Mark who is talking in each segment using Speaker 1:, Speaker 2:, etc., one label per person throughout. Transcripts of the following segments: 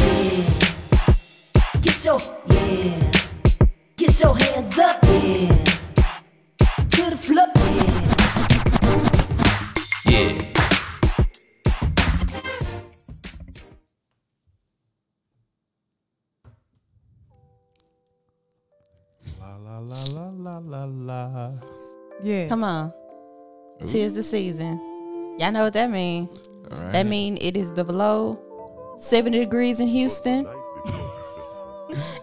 Speaker 1: yeah. Get your, yeah. Get your hands up, yeah. To the floor, yeah.
Speaker 2: Yeah.
Speaker 3: La la la la la la la.
Speaker 4: Yeah.
Speaker 5: Come on. Tis the season. Y'all know what that mean.
Speaker 3: All right.
Speaker 5: That mean it is below 70 degrees in Houston.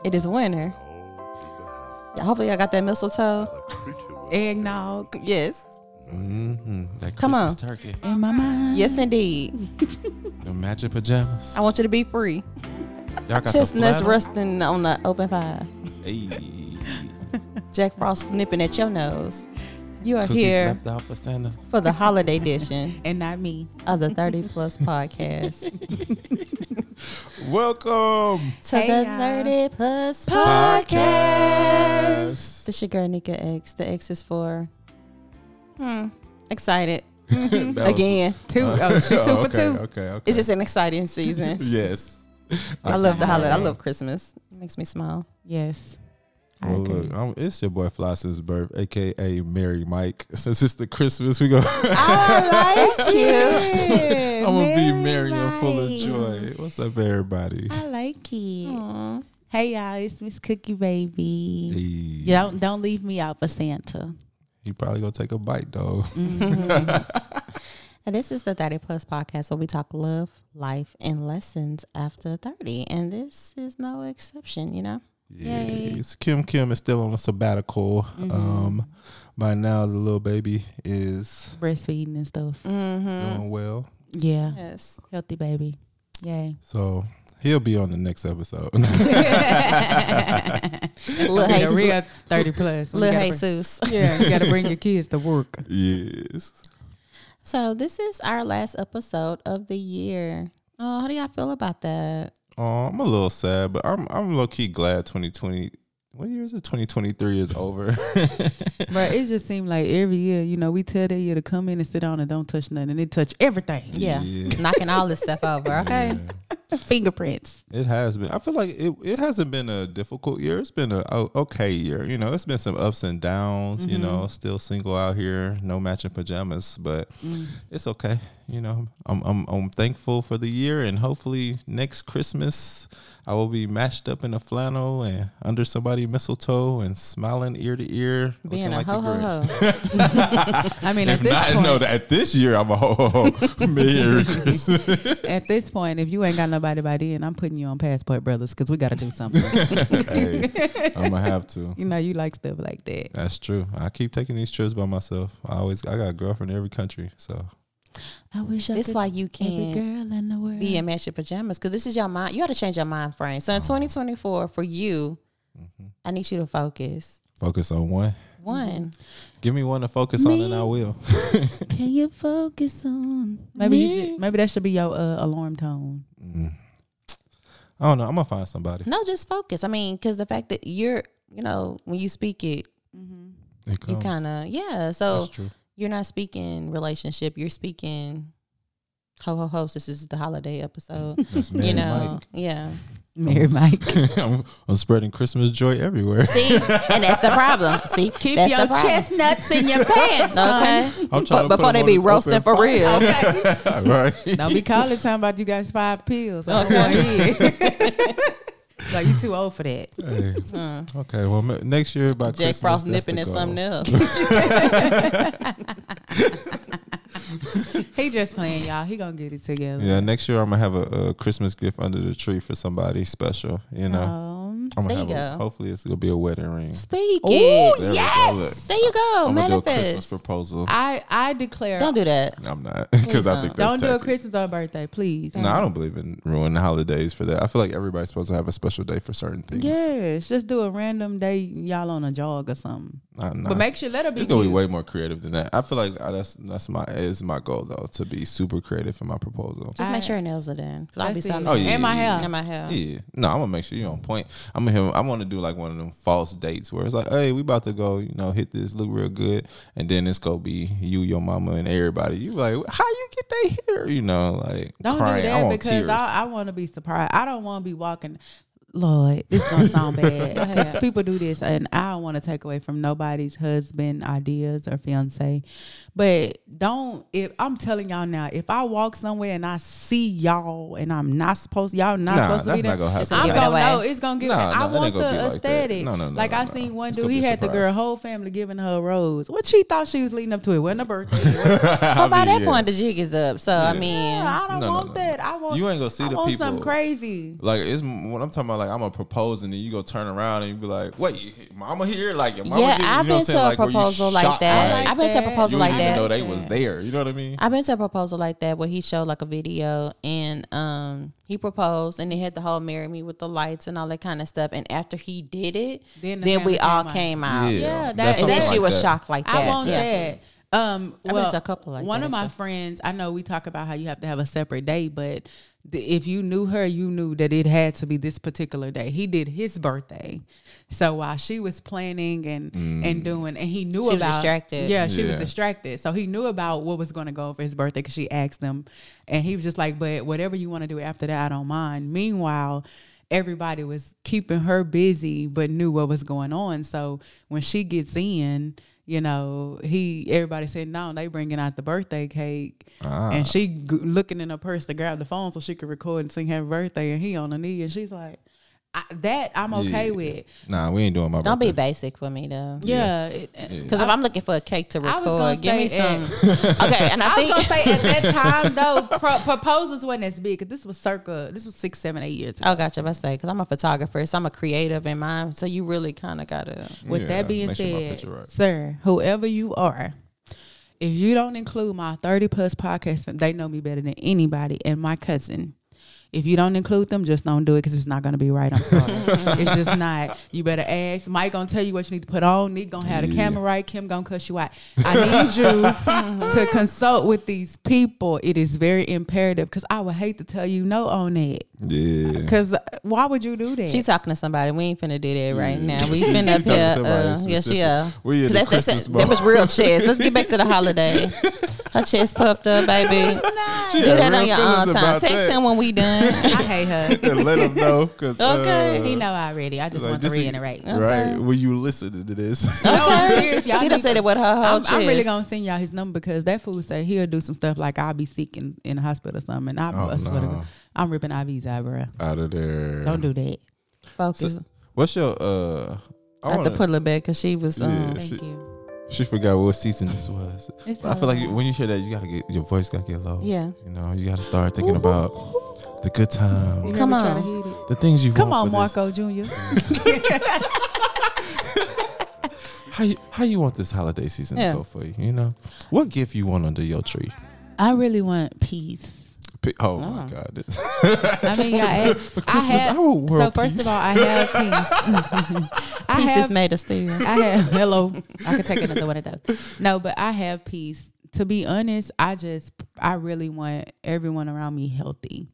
Speaker 5: it is winter.
Speaker 3: Oh,
Speaker 5: Hopefully y'all got that mistletoe.
Speaker 4: Eggnog
Speaker 5: Yes.
Speaker 3: hmm That
Speaker 5: Come
Speaker 3: Christmas
Speaker 5: on.
Speaker 3: turkey.
Speaker 4: in my mind.
Speaker 5: Yes indeed.
Speaker 3: The magic pajamas.
Speaker 5: I want you to be free.
Speaker 3: Y'all got
Speaker 5: Chestnuts
Speaker 3: the flat-
Speaker 5: rusting on the open fire.
Speaker 3: Hey.
Speaker 5: Jack Frost nipping at your nose. You are
Speaker 3: Cookies
Speaker 5: here
Speaker 3: left out for Santa.
Speaker 5: for the holiday edition
Speaker 4: And not me.
Speaker 5: of the 30 Plus Podcast.
Speaker 3: Welcome.
Speaker 5: to
Speaker 4: Hey,
Speaker 5: the
Speaker 4: y'all.
Speaker 5: 30 Plus Podcast.
Speaker 3: Yes.
Speaker 5: This your girl Nika X. The X is for hmm, excited
Speaker 3: That was-
Speaker 5: again.
Speaker 4: Two. Oh, she two
Speaker 3: Oh,
Speaker 4: for
Speaker 3: okay,
Speaker 4: two.
Speaker 3: Okay, okay.
Speaker 5: It's just an exciting season.
Speaker 3: yes.
Speaker 5: I love the holiday. I
Speaker 4: Right.
Speaker 5: love Christmas. It makes me smile.
Speaker 4: Yes. I
Speaker 3: Well,
Speaker 4: agree.
Speaker 3: look, I'm, it's your boy Floss's birth, aka Mary Mike. Since it's the Christmas, we go.
Speaker 4: I like
Speaker 5: That's cute.
Speaker 4: it.
Speaker 3: I'm gonna be merry
Speaker 4: Merry
Speaker 3: and full of
Speaker 4: life.
Speaker 3: joy. What's up, everybody?
Speaker 4: I like it.
Speaker 5: Aw.
Speaker 4: Hey y'all, it's Miss Cookie Baby.
Speaker 3: Hey.
Speaker 4: Yeah, don't don't leave me out for Santa.
Speaker 3: You probably gonna take a bite though.
Speaker 5: And this is the 30 Plus Podcast where we talk love, life, and lessons after 30. And this is no exception, you know? Yay.
Speaker 3: Yes. Kim Kim is still on a sabbatical. Um, by now the little baby is
Speaker 4: Breastfeeding and stuff.
Speaker 5: Mm-hmm.
Speaker 3: doing well,
Speaker 4: Mm. Yeah,
Speaker 5: Yes.
Speaker 4: healthy baby. Yay.
Speaker 3: so he'll be on the next episode.
Speaker 5: Lil
Speaker 4: Be the
Speaker 5: Jesus.
Speaker 4: real thirty plus.
Speaker 5: Lil
Speaker 4: You gotta
Speaker 5: Jesus.
Speaker 4: bring- yeah, you gotta bring your kids to work.
Speaker 3: yes.
Speaker 5: So this is our last episode of the year. Oh, how do y'all feel about that?
Speaker 3: Oh, I'm a little sad, but I'm I'm low key glad 2020. What year is it? 2023 is over.
Speaker 4: But it just seemed like every year, you know, we tell that year to come in and sit down and don't touch nothing, and it touch everything.
Speaker 5: Yeah.
Speaker 3: Yeah.
Speaker 5: Knocking all this stuff over, okay?
Speaker 4: Fingerprints.
Speaker 3: It has been. I feel like it, it hasn't been a difficult year. It's been a o- okay year. You know, it's been some ups and downs. You know, still single out here, no matching pajamas, but it's okay. You know, I'm, I'm I'm thankful for the year, and hopefully next Christmas I will be matched up in a flannel and under somebody mistletoe and smiling ear to ear,
Speaker 5: Being
Speaker 3: looking
Speaker 5: a
Speaker 3: like the
Speaker 5: ho ho
Speaker 3: Grinch.
Speaker 5: ho.
Speaker 4: I mean, at
Speaker 3: If
Speaker 4: this
Speaker 3: not,
Speaker 4: point,
Speaker 3: no, that this year I'm a ho ho ho. Merry Christmas.
Speaker 4: at this point, if you ain't got nobody by then, I'm putting you on Passport Brothers because we gotta do something.
Speaker 3: hey, I'm gonna have to.
Speaker 4: you know, you like stuff like that.
Speaker 3: That's true. I keep taking these trips by myself. I always I got a girlfriend in every country, so
Speaker 4: I wish I
Speaker 5: This
Speaker 4: could
Speaker 5: why you
Speaker 4: every
Speaker 5: can't
Speaker 4: girl in the world.
Speaker 5: be in matching pajamas because this is your mind. You got to change your mind frame. So in
Speaker 3: Oh.
Speaker 5: 2024, for you, I need you to focus.
Speaker 3: Mm-hmm. focus on one.
Speaker 5: One,
Speaker 3: Give me one to focus on, and I will.
Speaker 4: Can you focus on? Maybe you should. Maybe that should be your uh, alarm tone.
Speaker 3: Mm. I don't know. I'm gonna find somebody.
Speaker 5: no, just focus. I mean, because the fact that you're, you know, when you speak it,
Speaker 4: Mm-hmm.
Speaker 3: It
Speaker 5: you
Speaker 3: comes.
Speaker 5: kind of, yeah.
Speaker 3: That's
Speaker 5: So
Speaker 3: true.
Speaker 5: you're not speaking relationship. You're speaking ho ho ho. This is the holiday episode.
Speaker 3: That's Mary
Speaker 5: you know, yeah.
Speaker 4: Mary Mike,
Speaker 3: Mike. I'm, I'm spreading Christmas joy everywhere.
Speaker 5: See, and that's the problem. See,
Speaker 4: keep
Speaker 5: that's
Speaker 4: your
Speaker 5: the problem.
Speaker 4: chestnuts in your pants.
Speaker 5: Okay,
Speaker 3: I'm
Speaker 5: but
Speaker 3: trying to put
Speaker 5: before
Speaker 3: them
Speaker 5: they
Speaker 3: on
Speaker 5: be
Speaker 3: this
Speaker 5: roasting
Speaker 3: open
Speaker 5: for real.
Speaker 3: fire, right?
Speaker 4: Don't be calling talking about you guys five pills. I don't want it. like you too old for that.
Speaker 3: Hey. Okay. Well, ma- next year by
Speaker 5: Jack
Speaker 3: Christmas,
Speaker 5: Frost
Speaker 3: that's
Speaker 5: nipping
Speaker 3: the
Speaker 5: at
Speaker 3: goal.
Speaker 5: something else.
Speaker 4: He just playing, y'all. He gonna get it together.
Speaker 3: Yeah, next year I'm gonna have a, a Christmas gift under the tree for somebody special. You know,
Speaker 4: Um,
Speaker 3: I'm gonna
Speaker 5: There
Speaker 3: have.
Speaker 5: you go.
Speaker 3: A, hopefully, it's gonna be a wedding ring.
Speaker 5: Speak
Speaker 4: Ooh,
Speaker 5: it.
Speaker 3: There we go, look.
Speaker 5: There you go.
Speaker 3: I'm gonna do a Christmas
Speaker 5: manifest.
Speaker 3: proposal.
Speaker 4: I I declare.
Speaker 5: don't do that.
Speaker 3: I'm not because I
Speaker 5: don't.
Speaker 3: think that's
Speaker 4: don't do a
Speaker 3: tacky.
Speaker 4: Christmas or birthday, please.
Speaker 3: No, I don't believe in ruining the holidays for that. I feel like everybody's supposed to have a special day for certain things.
Speaker 4: Yes, just do a random day, y'all on a jog or something.
Speaker 3: Nah, nah,
Speaker 4: But make sure let her be
Speaker 3: it's gonna be
Speaker 4: cute.
Speaker 3: way more creative than that. I feel like uh, that's that's my is my goal though to be super creative in my proposal.
Speaker 5: Just make sure her nails are done. Cause I'll be
Speaker 4: That's it.
Speaker 5: something.
Speaker 3: Oh, yeah,
Speaker 4: And my
Speaker 3: yeah,
Speaker 4: hair.
Speaker 5: In my hair.
Speaker 3: Yeah, no, I'm gonna make sure you're on point. I'm gonna I want to do like one of them false dates where it's like, hey, we about to go, you know, hit this, look real good, and then it's gonna be you, your mama, and everybody. You like, how you get that here? You know, like
Speaker 4: Don't
Speaker 3: crying.
Speaker 4: do
Speaker 3: I
Speaker 4: that
Speaker 3: want
Speaker 4: because
Speaker 3: tears.
Speaker 4: I, I want to be surprised. I don't want to be walking. Lord, this gonna sound bad because people do this, and I don't want to take away from nobody's husband ideas or fiance. But don't if I'm telling y'all now, if I walk somewhere and I see y'all and I'm not supposed, y'all not
Speaker 3: Nah,
Speaker 4: supposed to
Speaker 3: that's
Speaker 4: be there.
Speaker 3: not gonna happen.
Speaker 4: I'm
Speaker 5: Give it
Speaker 4: gonna
Speaker 5: away.
Speaker 4: know it's gonna give.
Speaker 3: Nah, nah,
Speaker 4: I
Speaker 3: it ain't
Speaker 4: want
Speaker 3: gonna be
Speaker 4: the
Speaker 3: like that.
Speaker 4: aesthetic.
Speaker 3: No, no, no,
Speaker 4: Like
Speaker 3: no,
Speaker 4: I
Speaker 3: no.
Speaker 4: seen one
Speaker 3: It's
Speaker 4: dude,
Speaker 3: gonna be
Speaker 4: he
Speaker 3: a
Speaker 4: had the girl
Speaker 3: surprise.
Speaker 4: whole family giving her a rose. What she thought she was leading up to it wasn't a birthday.
Speaker 5: But by
Speaker 3: mean,
Speaker 5: that
Speaker 3: yeah.
Speaker 5: point, the jig is up. So I mean,
Speaker 4: Yeah, I don't
Speaker 3: No, no,
Speaker 4: want
Speaker 3: no, no.
Speaker 4: that. I want
Speaker 3: You ain't gonna see
Speaker 4: I
Speaker 3: the
Speaker 4: want
Speaker 3: people.
Speaker 4: something crazy.
Speaker 3: Like it's when I'm talking about like I'm gonna propose and then you go turn around and you be like, wait, mama here, like your mama
Speaker 5: yeah,
Speaker 3: here. You
Speaker 5: I've
Speaker 3: know what
Speaker 5: been to
Speaker 3: I'm saying?
Speaker 5: a
Speaker 3: Like, where you
Speaker 5: proposal like
Speaker 3: shocked,
Speaker 5: that.
Speaker 3: like,
Speaker 5: I've been to a
Speaker 4: that.
Speaker 5: proposal
Speaker 3: you
Speaker 5: like
Speaker 3: didn't even
Speaker 5: that. Uh,
Speaker 3: know they was there. You know what I mean?
Speaker 5: I've been to a proposal like that where he showed like a video and um he proposed and they had the whole marry me with the lights and all that kind of stuff. And after he did it,
Speaker 4: Then
Speaker 5: then,
Speaker 4: the
Speaker 5: we
Speaker 4: camera
Speaker 5: all
Speaker 4: came
Speaker 5: came out.
Speaker 4: out.
Speaker 3: Yeah,
Speaker 4: Yeah,
Speaker 3: that's
Speaker 4: that- and
Speaker 5: And
Speaker 3: something
Speaker 5: then she
Speaker 3: like
Speaker 5: was
Speaker 3: that.
Speaker 5: shocked like that.
Speaker 4: I want
Speaker 5: Yeah.
Speaker 4: that. Um,
Speaker 5: been
Speaker 4: well,
Speaker 5: to a couple like
Speaker 4: one
Speaker 5: that,
Speaker 4: of my
Speaker 5: actually.
Speaker 4: friends, I know we talk about how you have to have a separate day, but the, if you knew her, you knew that it had to be this particular day. He did his birthday, so while she was planning and
Speaker 3: Mm.
Speaker 4: and doing, and he knew
Speaker 5: She was
Speaker 4: about
Speaker 5: distracted.
Speaker 4: Yeah, she
Speaker 3: Yeah.
Speaker 4: was distracted, so he knew about what was going to go on for his birthday because she asked him, and he was just like, "But whatever you want to do after that, I don't mind." Meanwhile. Everybody was keeping her busy, but knew what was going on. So when she gets in, you know, he everybody said no, they bringing out the birthday cake,
Speaker 3: Ah.
Speaker 4: and she g- looking in her purse to grab the phone so she could record and sing happy birthday, and he on her knee, and she's like, I, that I'm okay
Speaker 3: Yeah.
Speaker 4: with,
Speaker 3: Nah, we ain't doing my.
Speaker 5: Don't be
Speaker 3: birthday.
Speaker 5: basic for me though.
Speaker 4: yeah. it-
Speaker 5: Because if I'm looking for a cake to
Speaker 4: was
Speaker 5: record,
Speaker 4: gonna
Speaker 5: give me
Speaker 4: say
Speaker 5: some.
Speaker 4: it.
Speaker 5: okay, and I,
Speaker 4: I was
Speaker 5: think
Speaker 4: gonna say at that time though, pro- proposals wasn't as big. 'cause this was circa, this was six, seven, eight years ago.
Speaker 5: Oh, gotcha. I say because I'm a photographer, so I'm a creative in mine. So you really kind of gotta.
Speaker 4: With
Speaker 3: Yeah,
Speaker 4: that being
Speaker 3: make sure my
Speaker 4: said,
Speaker 3: picture right.
Speaker 4: sir, whoever you are, if you don't include my 30 plus podcast, fam- they know me better than anybody and my cousin. If you don't include them, just don't do it because it's not going to be right. I'm sorry. it's just not. You better ask. Mike going to tell you what you need to put on. Nick going to have the camera right. Kim going to cuss you out. I need you to consult with these people. It is very imperative because I would hate to tell you no on it.
Speaker 3: Yeah.
Speaker 4: Because why would you do that?
Speaker 5: She talking to somebody. We ain't finna do that right now. We finna
Speaker 3: She
Speaker 5: up
Speaker 3: talking to
Speaker 5: there.
Speaker 3: somebody
Speaker 5: Uh, yeah,
Speaker 3: specific.
Speaker 5: she uh.
Speaker 3: We in
Speaker 5: 'cause that's-
Speaker 3: the
Speaker 5: that's-
Speaker 3: Christmas
Speaker 5: that was real chest. Let's get back to the holiday. Her chest puffed up, baby.
Speaker 3: She
Speaker 5: do
Speaker 3: had
Speaker 5: that on
Speaker 3: real
Speaker 5: your
Speaker 3: feelings
Speaker 5: own time.
Speaker 3: about
Speaker 5: Text
Speaker 3: that.
Speaker 5: him when we done.
Speaker 4: I hate her.
Speaker 3: and let them know. Cause,
Speaker 5: Okay.
Speaker 3: uh,
Speaker 4: He know already. I just
Speaker 3: like,
Speaker 4: want to
Speaker 3: just to-
Speaker 4: reiterate.
Speaker 3: Right. Will you listen to this?
Speaker 4: No, I'm
Speaker 5: Okay.
Speaker 4: serious. Y'all
Speaker 5: she done
Speaker 4: need
Speaker 5: said
Speaker 4: to-
Speaker 5: it with her whole
Speaker 4: I'm,
Speaker 5: chest.
Speaker 4: I'm really gonna send y'all his number because that fool say he'll do some stuff like I'll be sick in, in the hospital or something. And I, I swear to
Speaker 3: no.
Speaker 4: God, I'm ripping IVs out, bro.
Speaker 3: Out of Oh, there.
Speaker 4: Don't do that.
Speaker 5: focus.
Speaker 3: What's your uh? I
Speaker 5: I have to
Speaker 3: wanna-
Speaker 5: put her back because she was. Um,
Speaker 3: Yeah.
Speaker 4: Thank
Speaker 3: She-
Speaker 4: you.
Speaker 3: She forgot what season this was.
Speaker 4: It's
Speaker 3: But I feel like you- when you hear that, you gotta get your voice gotta get low.
Speaker 5: Yeah.
Speaker 3: You know, you gotta start thinking about the good times,
Speaker 5: Come
Speaker 4: Never try
Speaker 5: on.
Speaker 4: to hit it.
Speaker 3: the things you
Speaker 4: Come
Speaker 3: want
Speaker 4: on,
Speaker 3: for this.
Speaker 4: Marco Jr.
Speaker 3: How you, how you want this holiday season
Speaker 5: Yeah.
Speaker 3: to go for you? You know, what gift you want under your tree?
Speaker 4: I really want peace.
Speaker 3: P- Oh,
Speaker 4: Uh-huh.
Speaker 3: my God!
Speaker 4: I mean, y'all ask, I
Speaker 3: Christmas,
Speaker 4: have,
Speaker 3: I want
Speaker 4: so
Speaker 3: world
Speaker 4: first
Speaker 3: peace.
Speaker 4: of all, I have peace. I
Speaker 5: Pieces
Speaker 4: have
Speaker 5: made of steel.
Speaker 4: I have hello. I could take another one of those. No, but I have peace. To be honest, I just I really want everyone around me healthy.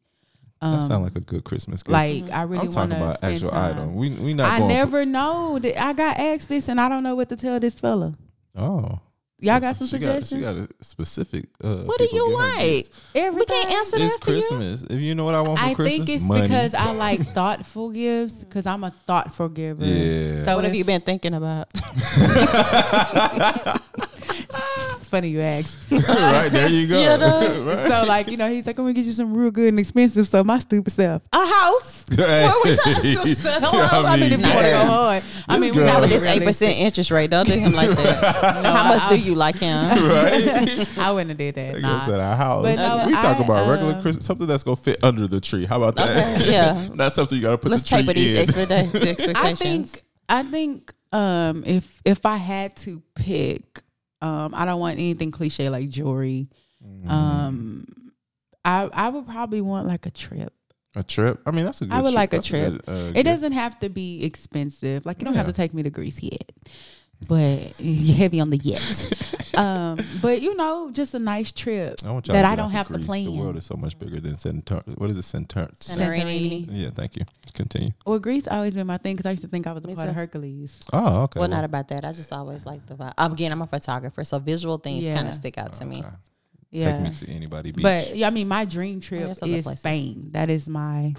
Speaker 4: Um,
Speaker 3: that sounds like a good Christmas gift.
Speaker 4: Uh-huh. Like I really
Speaker 3: I'm
Speaker 4: want
Speaker 3: talking about actual item. We we not
Speaker 4: I
Speaker 3: going.
Speaker 4: never know that I got asked this and I don't know what to tell this fella.
Speaker 3: oh,
Speaker 4: Y'all got some
Speaker 3: she
Speaker 4: suggestions?
Speaker 3: Got, she got a specific. Uh,
Speaker 5: What do you
Speaker 3: people giving
Speaker 5: like?
Speaker 3: gifts.
Speaker 5: We
Speaker 4: Everything.
Speaker 5: can't answer
Speaker 3: It's
Speaker 5: that for you.
Speaker 3: Christmas. If you know what I want for
Speaker 4: I
Speaker 3: Christmas,
Speaker 4: think it's
Speaker 3: money.
Speaker 4: because I like thoughtful gifts because I'm a thoughtful giver.
Speaker 3: Yeah.
Speaker 4: So
Speaker 5: What have
Speaker 4: if-
Speaker 5: you been thinking about?
Speaker 4: It's funny you ask.
Speaker 3: right there, you go.
Speaker 5: You know?
Speaker 4: So like you know he's like I'm gonna get you some real good and expensive. So my stupid self, a house. What we talking to sell? I mean, if you want to go hard, I mean, we
Speaker 3: girl-
Speaker 5: Not
Speaker 4: gotta
Speaker 5: with
Speaker 4: be
Speaker 5: this eight
Speaker 4: realistic.
Speaker 5: percent interest rate. Don't do him like that. How much do you like him?
Speaker 3: right?
Speaker 4: I wouldn't have did that. Nah.
Speaker 3: Said our house.
Speaker 4: But no,
Speaker 3: we talk
Speaker 4: I,
Speaker 3: about regular
Speaker 4: uh,
Speaker 3: Christmas, something that's gonna fit under the tree. How about that?
Speaker 5: Okay, yeah.
Speaker 3: That's something you gotta put
Speaker 5: Let's
Speaker 3: the tree
Speaker 5: taper these
Speaker 3: in.
Speaker 5: expect-
Speaker 4: I
Speaker 5: expectations.
Speaker 4: think I think um, if if I had to pick, um, I don't want anything cliche like jewelry. Um, I I would probably want like a trip.
Speaker 3: a trip. I mean, that's a good.
Speaker 4: I would
Speaker 3: trip.
Speaker 4: like a
Speaker 3: That's
Speaker 4: trip.
Speaker 3: good, uh,
Speaker 4: it
Speaker 3: gift.
Speaker 4: doesn't have to be expensive. Like you don't have
Speaker 3: Yeah.
Speaker 4: to take me to Greece yet. but you heavy on the yes. um, but you know, just a nice trip
Speaker 3: I want y'all
Speaker 4: that
Speaker 3: to
Speaker 4: I
Speaker 3: get
Speaker 4: don't
Speaker 3: off of
Speaker 4: have to
Speaker 3: Greece.
Speaker 4: plan.
Speaker 3: The world is so much bigger than Centur- What is it, Centurns?
Speaker 5: Santorini.
Speaker 4: Santorini.
Speaker 3: Yeah, thank you. Continue.
Speaker 4: Well, Greece always been my thing because I used to think I was a
Speaker 5: Me
Speaker 4: part of
Speaker 5: too.
Speaker 4: Hercules.
Speaker 3: Oh, okay.
Speaker 5: Well, not about that. I just always like the vibe. Um, Again, I'm a photographer, so visual things
Speaker 4: Yeah.
Speaker 5: kind of stick out to me.
Speaker 3: okay.
Speaker 4: Yeah.
Speaker 3: Take me to anybody beach.
Speaker 4: But yeah, I mean, my dream trip
Speaker 5: there's Oh, other
Speaker 4: is
Speaker 5: places.
Speaker 4: Spain. That is my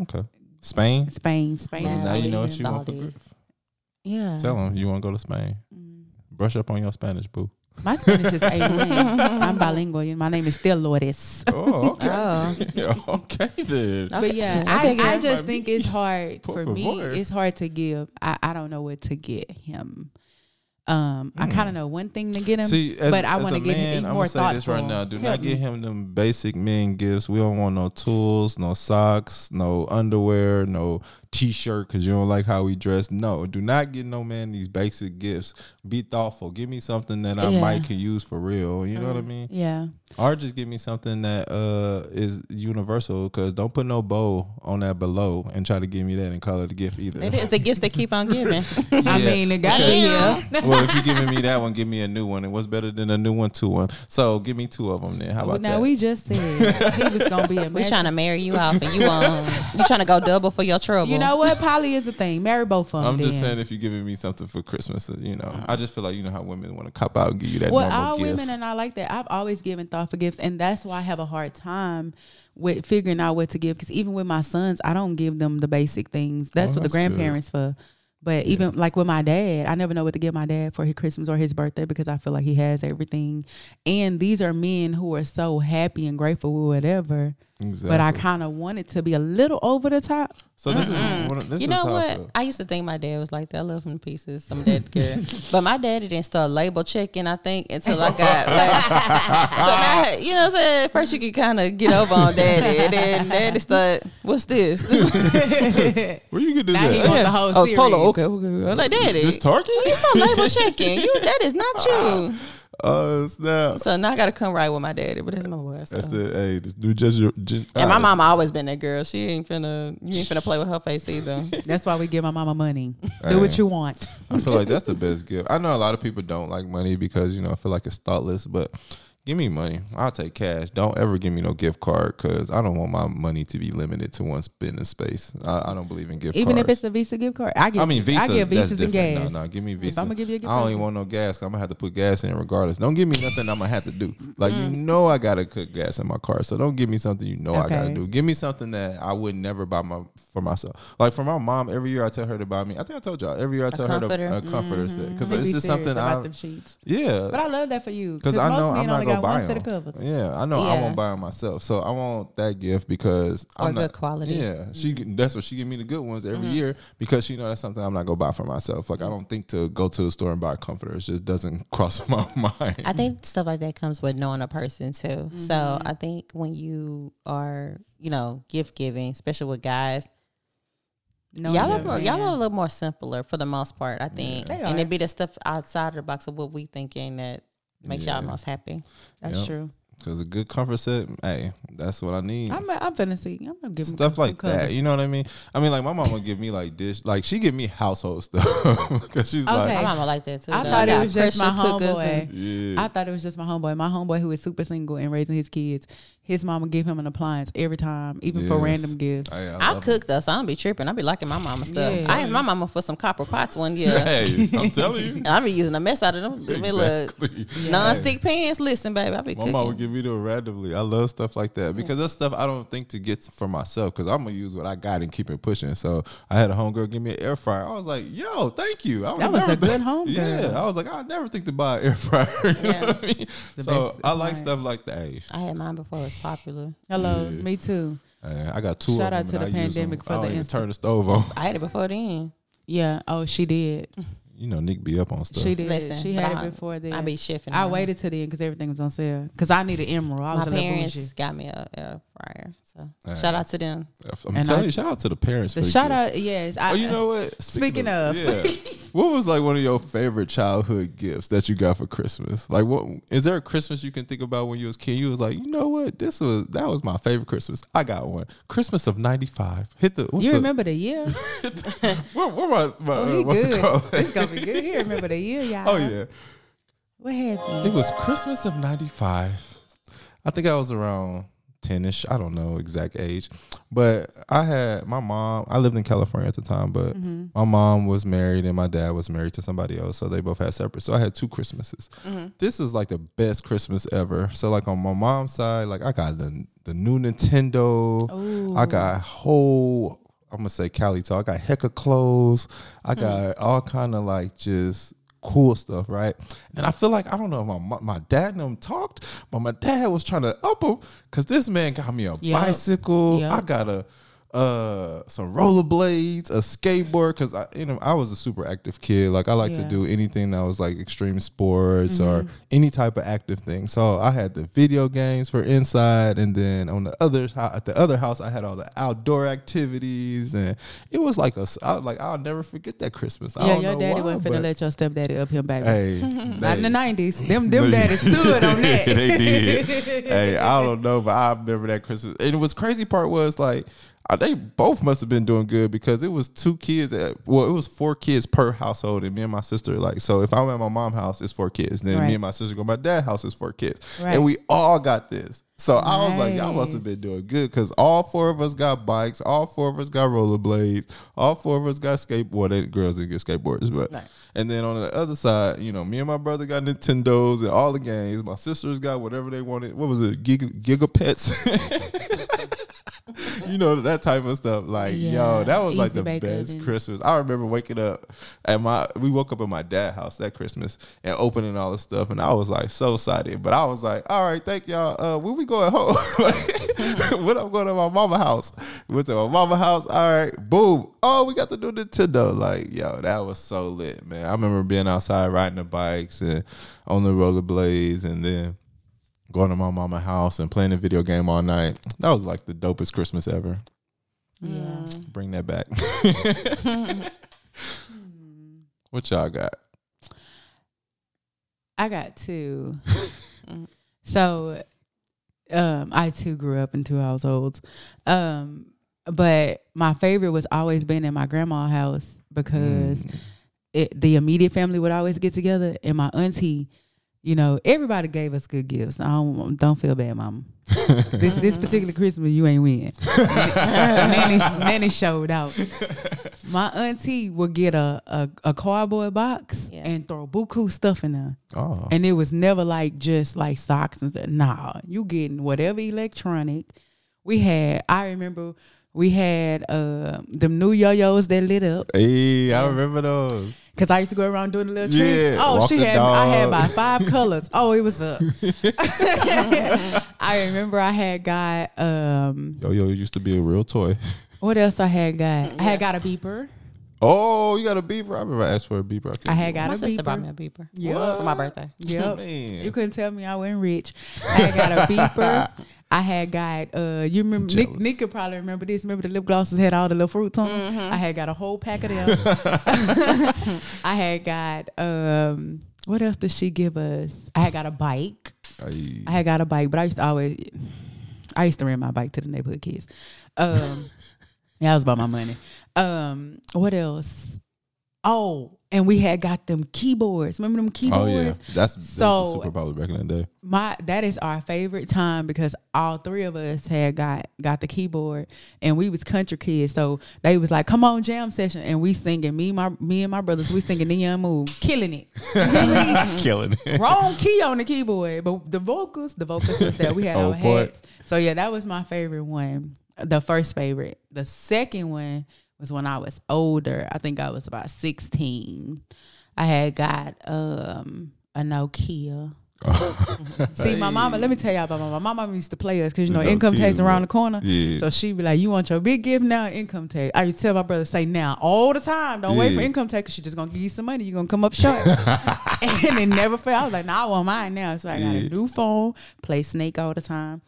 Speaker 3: okay. Spain.
Speaker 4: Spain. Spain.
Speaker 5: Yeah.
Speaker 4: is
Speaker 3: now
Speaker 4: my
Speaker 3: you know
Speaker 4: vision.
Speaker 3: what you want for
Speaker 5: Bali.
Speaker 3: Griff.
Speaker 4: Yeah.
Speaker 3: Tell him you want to go to Spain.
Speaker 4: Mm.
Speaker 3: Brush up on your Spanish, boo.
Speaker 4: My Spanish is A1. I'm bilingual. and My name is still Lourdes.
Speaker 3: Oh, okay.
Speaker 5: Oh.
Speaker 3: Yeah, okay then.
Speaker 4: But yeah, I,
Speaker 5: Okay,
Speaker 4: I
Speaker 5: girl.
Speaker 4: just think it's hard
Speaker 3: Por
Speaker 4: for me.
Speaker 3: favor.
Speaker 4: It's hard to give. I, I don't know what to get him. Um, I kind of know one thing to get him,
Speaker 3: Mm. See, as,
Speaker 4: but I
Speaker 3: as
Speaker 4: want
Speaker 3: a
Speaker 4: to get
Speaker 3: man,
Speaker 4: him to be
Speaker 3: I'm
Speaker 4: more
Speaker 3: gonna say
Speaker 4: thoughtful.
Speaker 3: this right now. Do
Speaker 4: Help
Speaker 3: not
Speaker 4: me.
Speaker 3: get him them basic men gifts. We don't want no tools, no socks, no underwear, no t-shirt because you don't like how we dress. No, do not get no man these basic gifts. Be thoughtful. Give me something that I
Speaker 4: Yeah. Mm.
Speaker 3: might can use for real. You know what I mean?
Speaker 4: Yeah,
Speaker 3: Or just give me something that uh is universal. Cause don't put no bow on that below and try to give me that and call it a gift either.
Speaker 5: It is the gifts they keep on giving.
Speaker 3: Yeah.
Speaker 4: I mean, it got to
Speaker 3: Okay.
Speaker 4: be here.
Speaker 3: well, if you're giving me that one, give me a new one. And what's better than a new one? Two one. So give me two of them then. How about
Speaker 4: now
Speaker 3: that?
Speaker 4: we just said he was gonna be a
Speaker 5: we
Speaker 4: man.
Speaker 5: trying to marry you off, and you um, you trying to go double for your trouble.
Speaker 4: You know what? Polly is a thing. Marry both of them.
Speaker 3: I'm just
Speaker 4: then.
Speaker 3: saying, if you're giving me something for Christmas, uh, you know, I just feel like you know how women want to cop out and give you that
Speaker 4: Well,
Speaker 3: normal
Speaker 4: all
Speaker 3: gift.
Speaker 4: women and I like that. I've always given thought for gifts, and that's why I have a hard time with figuring out what to give. Because even with my sons, I don't give them the basic things. That's
Speaker 3: Oh,
Speaker 4: what
Speaker 3: that's
Speaker 4: the
Speaker 3: good.
Speaker 4: grandparents for. But even like with my dad, I never know what to give my dad for his Christmas or his birthday because I feel like he has everything. And these are men who are so happy and grateful with whatever.
Speaker 3: exactly.
Speaker 4: But I kind of want it to be a little over the top.
Speaker 3: so this is one of- this
Speaker 5: You
Speaker 3: is
Speaker 5: know
Speaker 3: how I
Speaker 5: what?
Speaker 3: feel.
Speaker 5: I used to think my dad was like that. I love him to pieces. Some dad care. but my daddy didn't start label checking, I think, until I got like so now you know what I'm saying? First you can kinda get over on daddy and then daddy start, what's this? This
Speaker 3: Where you get this
Speaker 4: Now he
Speaker 3: at?
Speaker 4: wants the whole
Speaker 5: I was
Speaker 4: series.
Speaker 5: polo, okay, okay. okay. I'm Like daddy.
Speaker 3: This turkey?
Speaker 5: You start label checking. You that is not you.
Speaker 3: Oh snap!
Speaker 5: So now I gotta come right with my daddy, but that's my boy. So.
Speaker 3: That's the hey. This new gesture. gen-
Speaker 5: and my
Speaker 3: ah,
Speaker 5: mama always been that girl. She ain't finna you ain't finna play with her face either.
Speaker 4: That's why we give my mama money. Do what
Speaker 3: Hey.
Speaker 4: you want.
Speaker 3: I feel like that's the best gift. I know a lot of people don't like money because you know I feel like it's thoughtless, but give me money. I'll take cash. Don't ever give me no gift card because I don't want my money to be limited to one spending space. I, I don't believe in gift
Speaker 4: Even
Speaker 3: cards.
Speaker 4: if it's a Visa gift card, I get.
Speaker 3: I mean, Visa.
Speaker 4: I get
Speaker 3: that's
Speaker 4: visas and
Speaker 3: different.
Speaker 4: gas.
Speaker 3: No, no, give me
Speaker 4: If
Speaker 3: Visa.
Speaker 4: I'ma give you a gift
Speaker 3: I don't
Speaker 4: card,
Speaker 3: even want no gas. I'm gonna have to put gas in regardless. Don't give me nothing. I'm gonna have to do. Like
Speaker 4: Mm.
Speaker 3: you know, I gotta cook gas in my car. So don't give me something you know I gotta
Speaker 4: Okay.
Speaker 3: do. Give me something that I would never buy my for myself. Like for my mom, every year I tell her to buy me. I think I told y'all every year I tell her
Speaker 5: comforter?
Speaker 3: to a comforter set because
Speaker 4: They
Speaker 3: this
Speaker 4: be
Speaker 3: is
Speaker 4: serious
Speaker 3: something
Speaker 4: about
Speaker 3: I
Speaker 4: them sheets.
Speaker 3: yeah.
Speaker 4: But I love that for you
Speaker 3: Because I
Speaker 4: most
Speaker 3: know
Speaker 4: men
Speaker 3: I'm not
Speaker 4: only
Speaker 3: gonna
Speaker 4: got
Speaker 3: buy
Speaker 4: one set of
Speaker 3: them.
Speaker 4: covers.
Speaker 3: Yeah, I know I
Speaker 5: Yeah.
Speaker 3: won't buy them myself, so I want that gift because
Speaker 5: Or
Speaker 3: I'm
Speaker 5: good
Speaker 3: not-
Speaker 5: quality.
Speaker 3: Yeah,
Speaker 4: Mm.
Speaker 3: she that's what she give me the good ones
Speaker 4: Mm-hmm.
Speaker 3: every year because she know that's something I'm not gonna buy for myself.
Speaker 4: Mm.
Speaker 3: Like I don't think to go to the store and buy a comforter. It just doesn't cross my mind.
Speaker 5: I think stuff like that comes with knowing a person too. So
Speaker 4: Mm-hmm.
Speaker 5: I think when you are, you know, gift giving, especially with guys,
Speaker 4: No,
Speaker 5: y'all
Speaker 4: yeah.
Speaker 5: are more, y'all are a little more simpler for the most part. I think,
Speaker 4: They
Speaker 5: and
Speaker 4: are.
Speaker 5: it be the stuff outside of the box of what we thinking that makes y'all
Speaker 3: Yeah.
Speaker 5: most happy.
Speaker 4: That's
Speaker 3: Yep.
Speaker 4: true.
Speaker 3: Because a good comfort set, hey, that's what I need.
Speaker 4: I'm a, I'm finna see. I'm gonna give him
Speaker 3: stuff
Speaker 4: some
Speaker 3: like
Speaker 4: covers.
Speaker 3: that. You know what I mean? I mean, like my mom would give me like dish, like she give me household stuff because she's
Speaker 5: My
Speaker 4: Okay.
Speaker 3: like,
Speaker 5: mama like that too.
Speaker 4: I
Speaker 5: though.
Speaker 4: thought it
Speaker 5: got
Speaker 4: was just my
Speaker 5: pressure cookers
Speaker 4: homeboy.
Speaker 3: yeah.
Speaker 4: I thought it was just my homeboy. My homeboy who is super single and raising his kids. His mama give him an appliance every time, even for
Speaker 3: Yes.
Speaker 4: random gifts.
Speaker 3: Hey, I
Speaker 5: I
Speaker 3: love
Speaker 5: cook though, so I don't be tripping. I be liking my mama stuff.
Speaker 4: Yeah.
Speaker 5: I asked my mama for some copper pots one
Speaker 3: it.
Speaker 5: year,
Speaker 3: Hey, I'm telling you.
Speaker 5: and I be using a mess out of them. They look
Speaker 3: Exactly.
Speaker 5: non-stick pans. Listen, baby, I be
Speaker 3: My
Speaker 5: cooking.
Speaker 3: mom would give me to randomly. I love stuff like
Speaker 4: Mm.
Speaker 3: that because that's stuff I don't think to get for myself because I'm gonna use what I got and keep it pushing. So I had a homegirl give me an air fryer. I was like, "Yo, thank you." I would
Speaker 4: That was
Speaker 3: never
Speaker 4: a good
Speaker 3: think-
Speaker 4: homegirl.
Speaker 3: Yeah, I was like, I never think to buy an air fryer. you know
Speaker 5: Yeah.
Speaker 3: what I mean? So
Speaker 4: best
Speaker 3: I like
Speaker 4: appliance.
Speaker 3: stuff like that. Hey,
Speaker 5: I had mine before it was popular.
Speaker 4: Hello, me too.
Speaker 3: hey, I got two.
Speaker 4: Shout
Speaker 3: of
Speaker 4: out
Speaker 3: them
Speaker 4: to
Speaker 3: and
Speaker 4: the
Speaker 3: I use them.
Speaker 4: pandemic for
Speaker 3: I don't
Speaker 4: the
Speaker 3: even
Speaker 4: instant-
Speaker 3: turn the stove on.
Speaker 5: I had it before then.
Speaker 4: Yeah. Oh, she did.
Speaker 3: You know, Nick be up on stuff.
Speaker 4: She did.
Speaker 5: Listen,
Speaker 4: she
Speaker 5: but
Speaker 4: had
Speaker 5: I-
Speaker 4: it before then.
Speaker 5: I be shifting.
Speaker 4: I
Speaker 5: around.
Speaker 4: waited till then because everything was on sale. Because I needed emerald.
Speaker 5: My
Speaker 4: I was a little bougie.
Speaker 5: parents got me a air fryer, So shout out to them.
Speaker 3: I'm
Speaker 4: And
Speaker 3: telling
Speaker 4: I-
Speaker 3: you, shout out to the parents.
Speaker 4: The
Speaker 3: for
Speaker 4: shout
Speaker 3: kids.
Speaker 4: out, yes. I,
Speaker 3: Oh, you know what?
Speaker 4: speaking of.
Speaker 3: yeah. what was like one of your favorite childhood gifts that you got for Christmas? Like, what is there a Christmas you can think about when you was a kid? You was like, you know what? This was that was my favorite Christmas. I got one. Christmas of '95. Hit the. What's
Speaker 4: you
Speaker 3: the-
Speaker 4: remember the year?
Speaker 3: Where, where my, my
Speaker 4: Oh,
Speaker 3: uh,
Speaker 4: he
Speaker 3: what's
Speaker 4: good. Uh-huh.
Speaker 3: it called?
Speaker 4: It's gonna be good. He remember the year, y'all.
Speaker 3: oh yeah,
Speaker 4: What happened?
Speaker 3: it was Christmas of '95. I think I was around. 10ish i don't know exact age but i had my mom i lived in california at the time but my mom was married and my dad was married to somebody else so they both had separate so i had two christmases this is like the best christmas ever so like on my mom's side like i got the, the new nintendo i got whole i'm gonna say cali talk i got hecka clothes i got all kind of like just cool stuff right and i feel like i don't know if my mo- my dad and them talked but my dad was trying to up him because this man got me a
Speaker 4: Yep.
Speaker 3: bicycle
Speaker 4: Yep.
Speaker 3: i got a uh some rollerblades a skateboard because i you know i was a super active kid like i like
Speaker 4: Yeah.
Speaker 3: to
Speaker 4: Mm-hmm.
Speaker 3: do anything that was like extreme sports or any type of active thing so i had the video games for inside and then on the other hou- at the other house i had all the outdoor activities and it was like a s- I, like i'll never forget that christmas I
Speaker 4: Yeah,
Speaker 3: don't
Speaker 4: your
Speaker 3: know
Speaker 4: daddy
Speaker 3: why,
Speaker 4: wasn't finna
Speaker 3: but-
Speaker 4: let your stepdaddy up him, baby.
Speaker 3: hey
Speaker 4: Not in the
Speaker 3: they-
Speaker 4: nineties. Them them daddies stood on that.
Speaker 3: they did. Hey, I don't know, but I remember that Christmas. And what's crazy part was like uh, they both must have been doing good because it was two kids. That, well, it was four kids per household, and me and my sister like. So if I'm at my mom's house, it's four kids. Then
Speaker 4: Right.
Speaker 3: me and my sister go to my dad's house, it's four kids,
Speaker 4: Right.
Speaker 3: and we all got this. So I was like, y'all must
Speaker 4: Nice.
Speaker 3: have been doing good because all four of us got bikes, all four of us got rollerblades, all four of us got skateboard. They, girls didn't get skateboards, but and then on the other side, you know, me and my brother got Nintendos and all the games. My sisters got whatever they wanted. What was it, Giga, Gigapets? you know that type of stuff. Like
Speaker 4: Yeah,
Speaker 3: yo, that was like
Speaker 4: easy
Speaker 3: the
Speaker 4: bake
Speaker 3: best
Speaker 4: ovens.
Speaker 3: Christmas. I remember waking up at my we woke up at my dad's house that Christmas and opening all the stuff, and I was like so excited. But I was like, all right, thank y'all. Uh, when we going home?
Speaker 4: Mm-hmm.
Speaker 3: when I'm going to my mama house? Went to my mama house. All right, boom. Oh, we got the new Nintendo. Like yo, that was so lit, man. I remember being outside riding the bikes and on the rollerblades, and then going to my mama house and playing a video game all night. That was like the dopest Christmas ever.
Speaker 4: Yeah.
Speaker 3: Bring that back. what y'all got?
Speaker 4: I got two. so um I too grew up in two households. Um but my favorite was always being in my grandma's house because it, the immediate family would always get together and my auntie, you know, everybody gave us good gifts. I don't, don't feel bad, mom. this this particular Christmas you ain't win. Nanny, Nanny showed out. My auntie would get a a, a cardboard box
Speaker 5: Yeah.
Speaker 4: and throw buku stuff in there.
Speaker 3: Oh,
Speaker 4: And it was never like just like socks and stuff. Nah, you getting whatever electronic. We had, I remember we had uh, them new yo-yos that lit up.
Speaker 3: hey, I remember those.
Speaker 4: Cause I used to go around doing the little tricks.
Speaker 3: Yeah,
Speaker 4: oh,
Speaker 3: walk
Speaker 4: she
Speaker 3: the
Speaker 4: had I had
Speaker 3: dog.
Speaker 4: about five colors. Oh, it was up. I remember I had got um
Speaker 3: Yo, yo, it used to be a real toy.
Speaker 4: what else I had got? I had got a beeper.
Speaker 3: Oh, you got a beeper? I remember I asked for a beeper. couldn't
Speaker 4: I had
Speaker 3: get
Speaker 4: got
Speaker 5: My
Speaker 4: a
Speaker 5: sister
Speaker 4: beeper.
Speaker 5: bought me a beeper
Speaker 4: Yeah.
Speaker 5: for my birthday.
Speaker 4: Yep.
Speaker 3: Man.
Speaker 4: You couldn't tell me I wasn't rich. I had got a beeper. I had got uh you remember Nick
Speaker 3: Jealous.
Speaker 4: Nick could probably remember this. Remember the lip glosses had all the little fruits on them?
Speaker 3: Mm-hmm.
Speaker 4: I had got a whole pack of them. I had got um what else did she give us? I had got a bike.
Speaker 3: one. Ay.
Speaker 4: I had got a bike, but I used to always I used to rent my bike to the neighborhood kids. Um yeah, I was about my money. Um what else? Oh, and we had got them keyboards. Remember them
Speaker 3: Oh
Speaker 4: keyboards?
Speaker 3: yeah, that's, that's
Speaker 4: So-
Speaker 3: super popular back in the day.
Speaker 4: my that is our favorite time because all three of us had got got the keyboard and we was country kids so they was like come on jam session and we singing me my me and my brothers we singing the young move killing it
Speaker 3: Killing it.
Speaker 4: wrong key on the keyboard but the vocals the vocals was that we had
Speaker 3: Oh,
Speaker 4: our
Speaker 3: boy.
Speaker 4: hats so yeah that was my favorite one the first favorite the second one was when I was older I think I was about 16 I had got um a Nokia See, my mama, let me tell y'all about my mama. My mama used to play us because, you know,
Speaker 3: No
Speaker 4: income tax
Speaker 3: kidding,
Speaker 4: around
Speaker 3: bro.
Speaker 4: the corner.
Speaker 3: Yeah.
Speaker 4: So she'd be like, You want your big gift now, or income tax? I used to tell my brother, Say now all the time. Don't wait for
Speaker 3: Yeah.
Speaker 4: income tax because she's just going to give you some money. You're going to come up short. and it never failed. I was like, Nah, I want mine now. So I got
Speaker 3: Yeah.
Speaker 4: a new phone, play Snake all the time.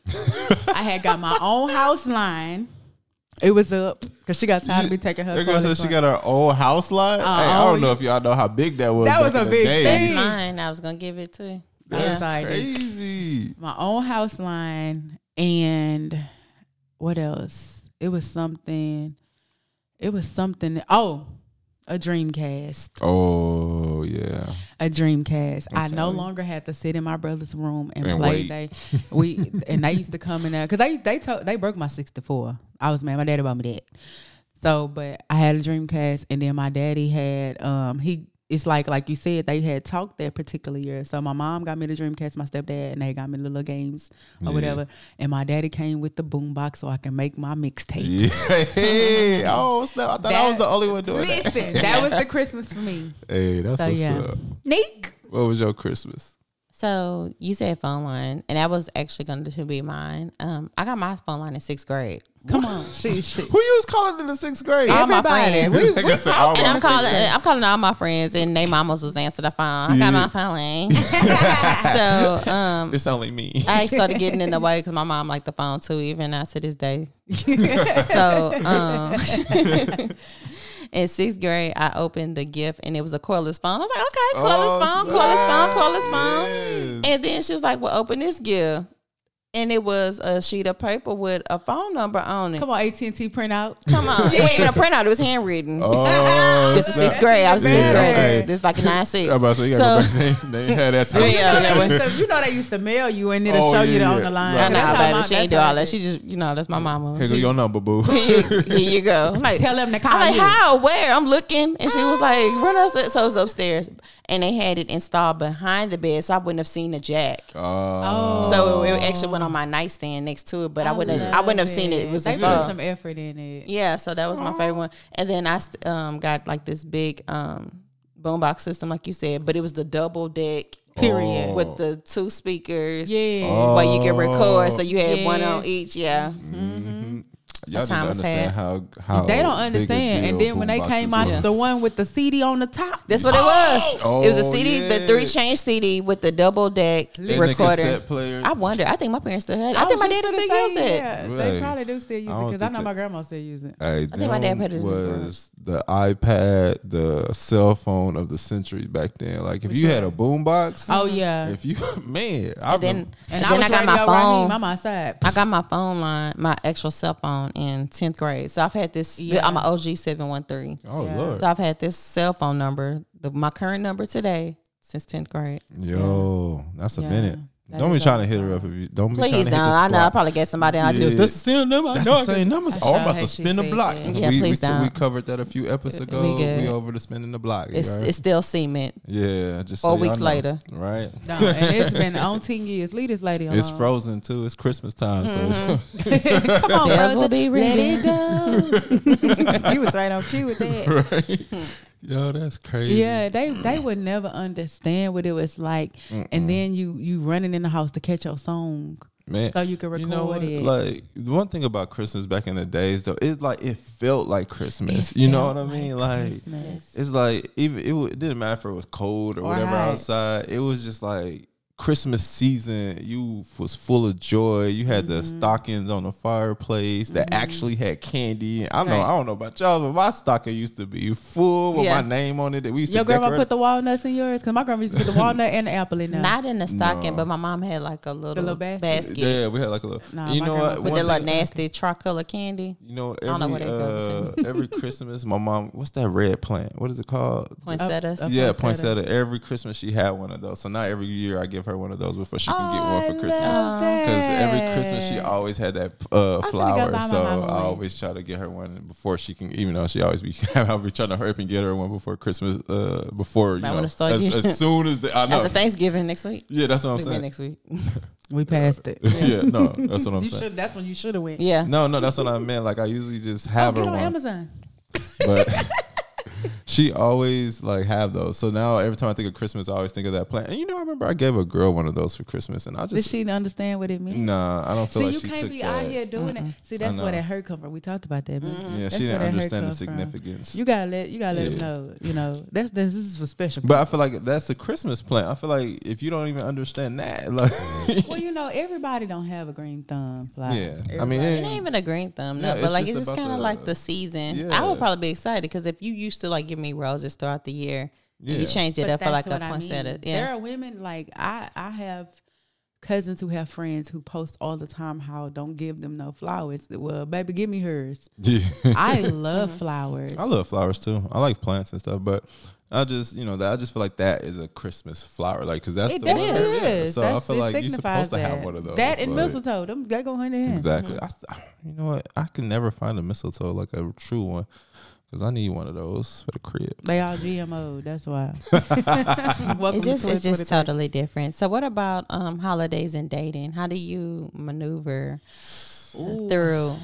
Speaker 4: I had got my own house line. It was up because she got tired of me taking her.
Speaker 3: That girl
Speaker 4: credit
Speaker 3: said she
Speaker 4: card.
Speaker 3: got her old house lot. hey, I
Speaker 4: own-
Speaker 3: don't know if y'all know how big that was.
Speaker 4: Uh, oh, That
Speaker 3: back
Speaker 4: was a
Speaker 3: in the
Speaker 4: big
Speaker 3: day.
Speaker 4: thing.
Speaker 5: That's mine. I was gonna give it to.
Speaker 4: I was
Speaker 5: Yeah.
Speaker 4: like,
Speaker 3: Crazy.
Speaker 4: my own house line and what else? It was something. It was something. Oh, a Dreamcast.
Speaker 3: Oh yeah.
Speaker 4: A Dreamcast. i no longer had to sit in my brother's room and,
Speaker 3: And
Speaker 4: play.
Speaker 3: wait.
Speaker 4: They we and they used to come in there because they they told they broke my sixty four. I was mad. My daddy bought me that. So, but I had a Dreamcast, and then my daddy had um he. It's like like you said they had talked that particular year. So my mom got me the Dreamcast, my stepdad, and they got me the little games or whatever. And my daddy came with the boombox so I can make my mixtapes.
Speaker 3: Yeah. Hey, oh snap! I thought I was
Speaker 4: That-
Speaker 3: the only one doing that.
Speaker 4: Listen, that was the Christmas for me.
Speaker 3: Hey, that's
Speaker 4: So
Speaker 3: what's
Speaker 4: yeah,
Speaker 3: up.
Speaker 4: Neek.
Speaker 3: What was your Christmas?
Speaker 5: So you said phone line, and that was actually going to be mine. Um, I got my phone line in sixth grade.
Speaker 4: Come on, shit, shit.
Speaker 3: Who you was calling in the sixth grade?
Speaker 5: All my
Speaker 4: Everybody,
Speaker 5: friends.
Speaker 4: we,
Speaker 3: Like
Speaker 4: we
Speaker 3: I said, all
Speaker 4: talking
Speaker 5: And I'm
Speaker 3: my friends.
Speaker 5: calling. I'm calling all my friends, and they mamas was answering the phone. I got my phone. so um,
Speaker 3: It's only me.
Speaker 5: I started getting in the way because my mom liked the phone too, even now to this day. so, um, in sixth grade, I opened the gift and it was a cordless phone. I was like, okay, cordless
Speaker 3: Oh,
Speaker 5: phone, cordless phone, cordless
Speaker 3: yes.
Speaker 5: phone. And then she was like, well, open this gift. And it was a sheet of paper with a phone number on it.
Speaker 4: Come on, AT and T printout.
Speaker 5: Come on. it wasn't even a printout, it was handwritten.
Speaker 3: Oh,
Speaker 5: This is
Speaker 3: snap.
Speaker 5: sixth grade. I was in sixth
Speaker 3: Yeah,
Speaker 5: grade.
Speaker 3: okay.
Speaker 5: This, this is like nine six.
Speaker 3: I'm about to say, you gotta go back. They, they had that time.
Speaker 5: Yeah,
Speaker 4: You know
Speaker 5: that
Speaker 4: they
Speaker 5: was-
Speaker 4: used to- you know they used to mail you and it'll
Speaker 3: Oh,
Speaker 4: show you
Speaker 3: yeah,
Speaker 4: the on
Speaker 3: yeah.
Speaker 4: the line.
Speaker 3: Right.
Speaker 5: I
Speaker 4: That's
Speaker 5: know,
Speaker 4: how
Speaker 5: baby.
Speaker 4: my-
Speaker 5: She ain't
Speaker 4: that's
Speaker 5: do
Speaker 4: how
Speaker 5: all
Speaker 4: I
Speaker 5: that.
Speaker 4: did.
Speaker 5: She just, you know, that's my mama.
Speaker 3: Here go
Speaker 5: She-
Speaker 3: your number, boo.
Speaker 5: here, here you go. I'm like,
Speaker 4: Tell them to call
Speaker 5: I'm like,
Speaker 4: you.
Speaker 5: how? Where? I'm looking. And she was like, run us. So it was upstairs. And they had it installed behind the bed, so I wouldn't have seen the jack.
Speaker 3: Oh,
Speaker 5: So it, it actually went on my nightstand next to it, but I, wouldn't have, I wouldn't have seen it. It was
Speaker 4: They put
Speaker 5: installed.
Speaker 4: some effort in it.
Speaker 5: Yeah, so that was my favorite one. And then I st- um, got like this big um, boombox system, like you said, but it was the double deck.
Speaker 4: Period.
Speaker 5: With the two speakers.
Speaker 4: Yeah.
Speaker 5: Where you can record. So you had one
Speaker 4: Yeah.
Speaker 5: on each. Yeah.
Speaker 3: y'all
Speaker 5: That's
Speaker 3: didn't
Speaker 5: how it's
Speaker 3: understand
Speaker 5: Mm-hmm. had.
Speaker 3: how, how
Speaker 4: They don't
Speaker 3: big a
Speaker 4: understand. And
Speaker 3: Oh, deal
Speaker 4: then when they
Speaker 3: boomboxes
Speaker 4: came out,
Speaker 3: was.
Speaker 4: the one with the CD on the top.
Speaker 5: That's what it was. it was a
Speaker 3: Oh,
Speaker 5: CD, the
Speaker 3: yeah.
Speaker 5: three change CD with the double deck
Speaker 3: And the
Speaker 5: recorder.
Speaker 3: cassette player.
Speaker 5: I wonder. I think my parents still had. it. I, think my
Speaker 4: was
Speaker 5: dad
Speaker 4: just
Speaker 5: Oh, still
Speaker 4: gonna
Speaker 5: used
Speaker 4: say,
Speaker 5: it.
Speaker 4: yeah, They
Speaker 3: Right.
Speaker 4: probably do still use
Speaker 3: I
Speaker 4: it
Speaker 3: don't
Speaker 4: because I
Speaker 3: think
Speaker 4: know
Speaker 3: that-
Speaker 4: my grandma still uses it.
Speaker 3: I
Speaker 5: think my dad put it in his garage.
Speaker 3: was the iPad, the cell phone of the century back then. Like if you had a boombox,
Speaker 4: Oh yeah.
Speaker 3: if you man, I
Speaker 5: Then eh,
Speaker 4: and
Speaker 5: then I,
Speaker 4: was
Speaker 5: got
Speaker 4: Radio
Speaker 5: my
Speaker 4: Raheem
Speaker 5: phone.
Speaker 4: on my side.
Speaker 5: I got my phone line, my actual cell phone in tenth grade. So I've had this.
Speaker 4: Yeah.
Speaker 5: I'm an OG seven one three.
Speaker 3: oh
Speaker 4: Yeah.
Speaker 3: lord,
Speaker 5: So I've had this cell phone number, the, my current number today since tenth grade.
Speaker 3: yo, that's a
Speaker 4: Yeah.
Speaker 3: minute.
Speaker 4: That
Speaker 3: don't be
Speaker 4: is
Speaker 3: trying
Speaker 4: a
Speaker 3: to hit her up if you don't be trying to
Speaker 5: Please
Speaker 3: hit
Speaker 5: don't.
Speaker 3: the
Speaker 5: I know. I
Speaker 3: spot.
Speaker 5: probably got somebody out there.
Speaker 3: Yeah.
Speaker 5: That's the same number. I
Speaker 3: That's
Speaker 5: know. I
Speaker 3: the same numbers. Oh,
Speaker 4: sure
Speaker 3: I'm about to
Speaker 4: hate she
Speaker 3: spin the
Speaker 4: said
Speaker 3: block.
Speaker 4: that.
Speaker 5: Yeah,
Speaker 3: we,
Speaker 5: please
Speaker 3: we, we
Speaker 5: don't.
Speaker 3: covered that a few episodes ago.
Speaker 5: We
Speaker 3: We,
Speaker 5: good.
Speaker 3: over to spinning the block.
Speaker 5: It's,
Speaker 3: right?
Speaker 5: it's still cement.
Speaker 3: yeah, just
Speaker 5: four
Speaker 3: so y'all
Speaker 5: weeks
Speaker 3: know.
Speaker 5: later.
Speaker 3: Right.
Speaker 4: No, and it's been on ten years. Leave this lady alone.
Speaker 3: It's frozen too. It's Christmas time. So
Speaker 4: Come on,
Speaker 5: Bells
Speaker 4: Frozen.
Speaker 5: will be
Speaker 4: Let
Speaker 5: ringing.
Speaker 4: it go. you was right on cue with that.
Speaker 5: Mm-hmm.
Speaker 3: Yo, that's crazy.
Speaker 4: Yeah, they they would never understand what it was like, and then you you running in the house to catch your song.
Speaker 3: Man,
Speaker 4: So you can record it.
Speaker 3: Like the one thing about Christmas back in the days, though, it's like it felt like Christmas. you know what I mean? Like
Speaker 4: Christmas.
Speaker 3: it's like even it, wa- it didn't matter if it was cold or, whatever
Speaker 4: hot.
Speaker 3: outside. It was just like Christmas season. You was full of joy. You had the
Speaker 4: Mm-hmm.
Speaker 3: stockings on the fireplace that actually had candy. I know
Speaker 5: Right.
Speaker 3: I don't know about y'all, but my stocking used to be full with
Speaker 5: Yeah.
Speaker 3: my name on it. That we used
Speaker 4: Your
Speaker 3: to
Speaker 4: grandma
Speaker 3: decorate.
Speaker 4: put the walnuts in yours because my grandma used to put the walnut and the apple in there.
Speaker 5: Not in the stocking,
Speaker 3: No.
Speaker 5: but my mom had like a little,
Speaker 4: little basket.
Speaker 5: basket,
Speaker 3: yeah, we had like a little.
Speaker 4: Nah,
Speaker 3: you
Speaker 4: my
Speaker 3: know
Speaker 4: grandma
Speaker 3: what?
Speaker 4: put
Speaker 5: with
Speaker 3: One
Speaker 5: the little
Speaker 3: thing-
Speaker 5: nasty tricolor candy.
Speaker 3: You know, every
Speaker 5: don't know where they
Speaker 3: uh, every Christmas, my mom, what's that red plant? What is it called?
Speaker 5: Poinsettias.
Speaker 4: up-
Speaker 3: yeah,
Speaker 4: poinsettia.
Speaker 3: poinsettia. Every Christmas, she had one of those. So now every year, I give her one of those before she can get one for Christmas. Because every Christmas, she always had that uh,
Speaker 4: go
Speaker 3: flower.
Speaker 4: buy my
Speaker 3: So
Speaker 4: mama
Speaker 3: I
Speaker 4: one.
Speaker 3: always try to get her one before she can. Even though she always be, I'll be trying to hurry up and get her one before Christmas. Uh, before you
Speaker 5: Might
Speaker 3: know,
Speaker 5: wanna
Speaker 3: as,
Speaker 5: start getting-
Speaker 3: as soon as the, I know.
Speaker 5: After Thanksgiving next week.
Speaker 3: yeah, that's what I'm
Speaker 5: Thanksgiving
Speaker 3: saying.
Speaker 5: next week.
Speaker 4: we passed it.
Speaker 3: yeah, no, that's what I'm
Speaker 4: You
Speaker 3: saying.
Speaker 4: should. That's when you should have went. Oh,
Speaker 5: Yeah.
Speaker 3: No, no, that's what I meant. Like I usually just have
Speaker 4: Get
Speaker 3: her
Speaker 4: on
Speaker 3: one.
Speaker 4: Amazon.
Speaker 3: but she always like have those. So now every time I think of Christmas, I always think of that plant. And you know, I remember I gave a girl one of those for Christmas, and I
Speaker 4: Does
Speaker 3: just
Speaker 4: she understand what it means?
Speaker 3: nah, I don't feel
Speaker 4: See,
Speaker 3: like
Speaker 4: you
Speaker 3: she
Speaker 4: can't
Speaker 3: took
Speaker 4: be
Speaker 3: that.
Speaker 4: out here doing it. See, that's
Speaker 3: know.
Speaker 4: where that hurt come from. We talked about that. baby.
Speaker 3: yeah,
Speaker 4: That's
Speaker 3: she
Speaker 4: where
Speaker 3: didn't
Speaker 4: that hurt
Speaker 3: understand the
Speaker 4: come from.
Speaker 3: significance.
Speaker 4: You gotta let you gotta let
Speaker 3: Yeah.
Speaker 4: them know. You know, that's this, this is for special.
Speaker 3: But I feel like that's a Christmas plant. I feel like if you don't even understand that, like,
Speaker 4: well, you know, everybody don't have a green thumb. Fly.
Speaker 3: yeah, I mean,
Speaker 5: It ain't even a green thumb,
Speaker 3: Yeah,
Speaker 5: no.
Speaker 3: it's
Speaker 5: but like
Speaker 3: just
Speaker 5: it's just
Speaker 3: about
Speaker 5: kind
Speaker 3: the-
Speaker 5: of like the season. I
Speaker 3: Yeah.
Speaker 5: would probably be excited because if you used to like give me roses throughout the year, and
Speaker 3: Yeah.
Speaker 5: you changed it
Speaker 4: But
Speaker 5: up for like
Speaker 4: that's
Speaker 5: a
Speaker 4: what I mean.
Speaker 5: poinsettia.
Speaker 4: There
Speaker 5: Yeah,
Speaker 4: are women like I. I have cousins who have friends who post all the time how don't give them no flowers. Well, baby, give me hers.
Speaker 3: yeah.
Speaker 4: I love
Speaker 5: Mm-hmm.
Speaker 4: flowers.
Speaker 3: I love flowers too. I like plants and stuff, but I just you know that I just feel like that is a Christmas flower, like because that's
Speaker 4: It
Speaker 3: the one.
Speaker 4: does.
Speaker 3: that- So
Speaker 4: That's-
Speaker 3: I feel
Speaker 4: it
Speaker 3: like you're
Speaker 4: signifies
Speaker 3: supposed to have
Speaker 4: that.
Speaker 3: one of those.
Speaker 4: That and
Speaker 3: like-
Speaker 4: mistletoe, them they go hand in hand.
Speaker 3: Exactly. I st- you know what? I can never find a mistletoe like a true one because I need one of those for the crib.
Speaker 4: They all GMO. That's why. Welcome
Speaker 5: it's just
Speaker 4: to
Speaker 5: it's
Speaker 4: 2023.
Speaker 5: just totally different. So what about um holidays and dating? How do you maneuver through?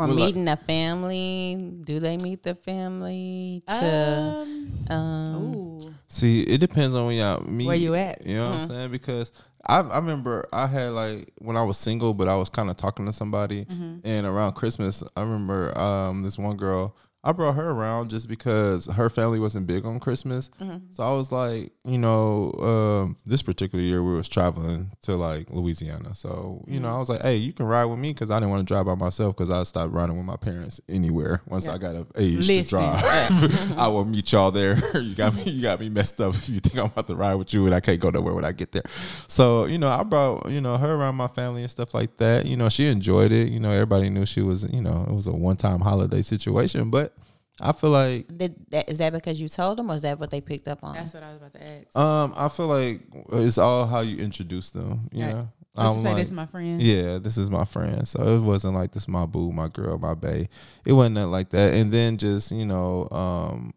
Speaker 5: Or
Speaker 3: Well, like-
Speaker 5: meeting a family? Do they meet the family? To
Speaker 4: Um,
Speaker 5: um,
Speaker 4: ooh.
Speaker 3: See, it depends on where y'all meet.
Speaker 4: Where you at.
Speaker 3: You know what I'm saying? Because I, I remember I had like when I was single, but I was kind of talking to somebody, and around Christmas, I remember um, this one girl. I brought her around just because her family wasn't big on Christmas, so I was like, you know, um, this particular year we was traveling to like Louisiana, so you know, I was like, hey, you can ride with me because I didn't want to drive by myself because I stopped riding with my parents anywhere once I got of age to
Speaker 4: Listen.
Speaker 3: drive. I will meet y'all there. you got me. You got me messed up if you think I'm about to ride with you and I can't go nowhere when I get there. So you know, I brought you know her around my family and stuff like that. You know, she enjoyed it. You know, everybody knew she was. You know, it was a one time holiday situation, but I feel like
Speaker 5: did that, is that because you told them, or is that what they picked up on?
Speaker 4: That's what I was about to ask.
Speaker 3: um I feel like it's all how you introduce them. You
Speaker 4: Right.
Speaker 3: know,
Speaker 4: Would you
Speaker 3: I'm
Speaker 4: say
Speaker 3: like-
Speaker 4: this, my friend?
Speaker 3: Yeah, this is my friend. So it wasn't like this my boo, my girl, my bae. It wasn't nothing like that. And then just, you know, um,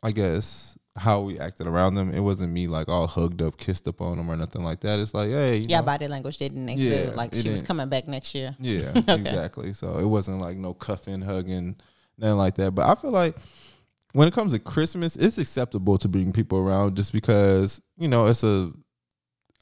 Speaker 3: I guess how we acted around them. It wasn't me like all hugged up, kissed up on them or nothing like that. It's like, hey, you
Speaker 5: Yeah,
Speaker 3: know.
Speaker 5: body language didn't
Speaker 3: Yeah,
Speaker 5: include like
Speaker 3: it
Speaker 5: she was
Speaker 3: didn't.
Speaker 5: coming back next year.
Speaker 3: Yeah, exactly. So it wasn't like no cuffing, hugging, nothing like that. But I feel like when it comes to Christmas, it's acceptable to bring people around just because you know it's a.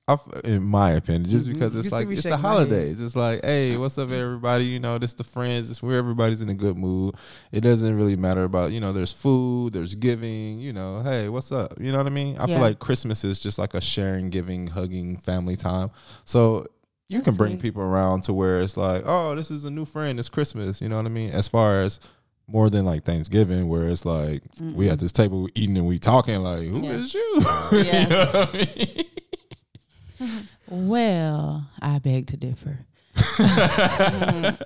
Speaker 3: I f in my opinion, just because
Speaker 4: Mm-hmm. You
Speaker 3: it's
Speaker 4: see
Speaker 3: like
Speaker 4: me
Speaker 3: it's the
Speaker 4: shaking my head.
Speaker 3: holidays. It's like, hey, what's up, everybody? You know, this the friends. It's where everybody's in a good mood. It doesn't really matter about you know. There's food. There's giving. You know, hey, what's up? You know what I mean? I
Speaker 4: Yeah.
Speaker 3: feel like Christmas is just like a sharing, giving, hugging, family time. So you can bring people around to where it's like, oh, this is a new friend. It's Christmas. You know what I mean? As far as more than like Thanksgiving, where it's like we at this table we eating and we talking like, who is
Speaker 5: Yeah.
Speaker 3: you?
Speaker 5: Yeah.
Speaker 3: you know what I mean?
Speaker 4: Well, I beg to differ.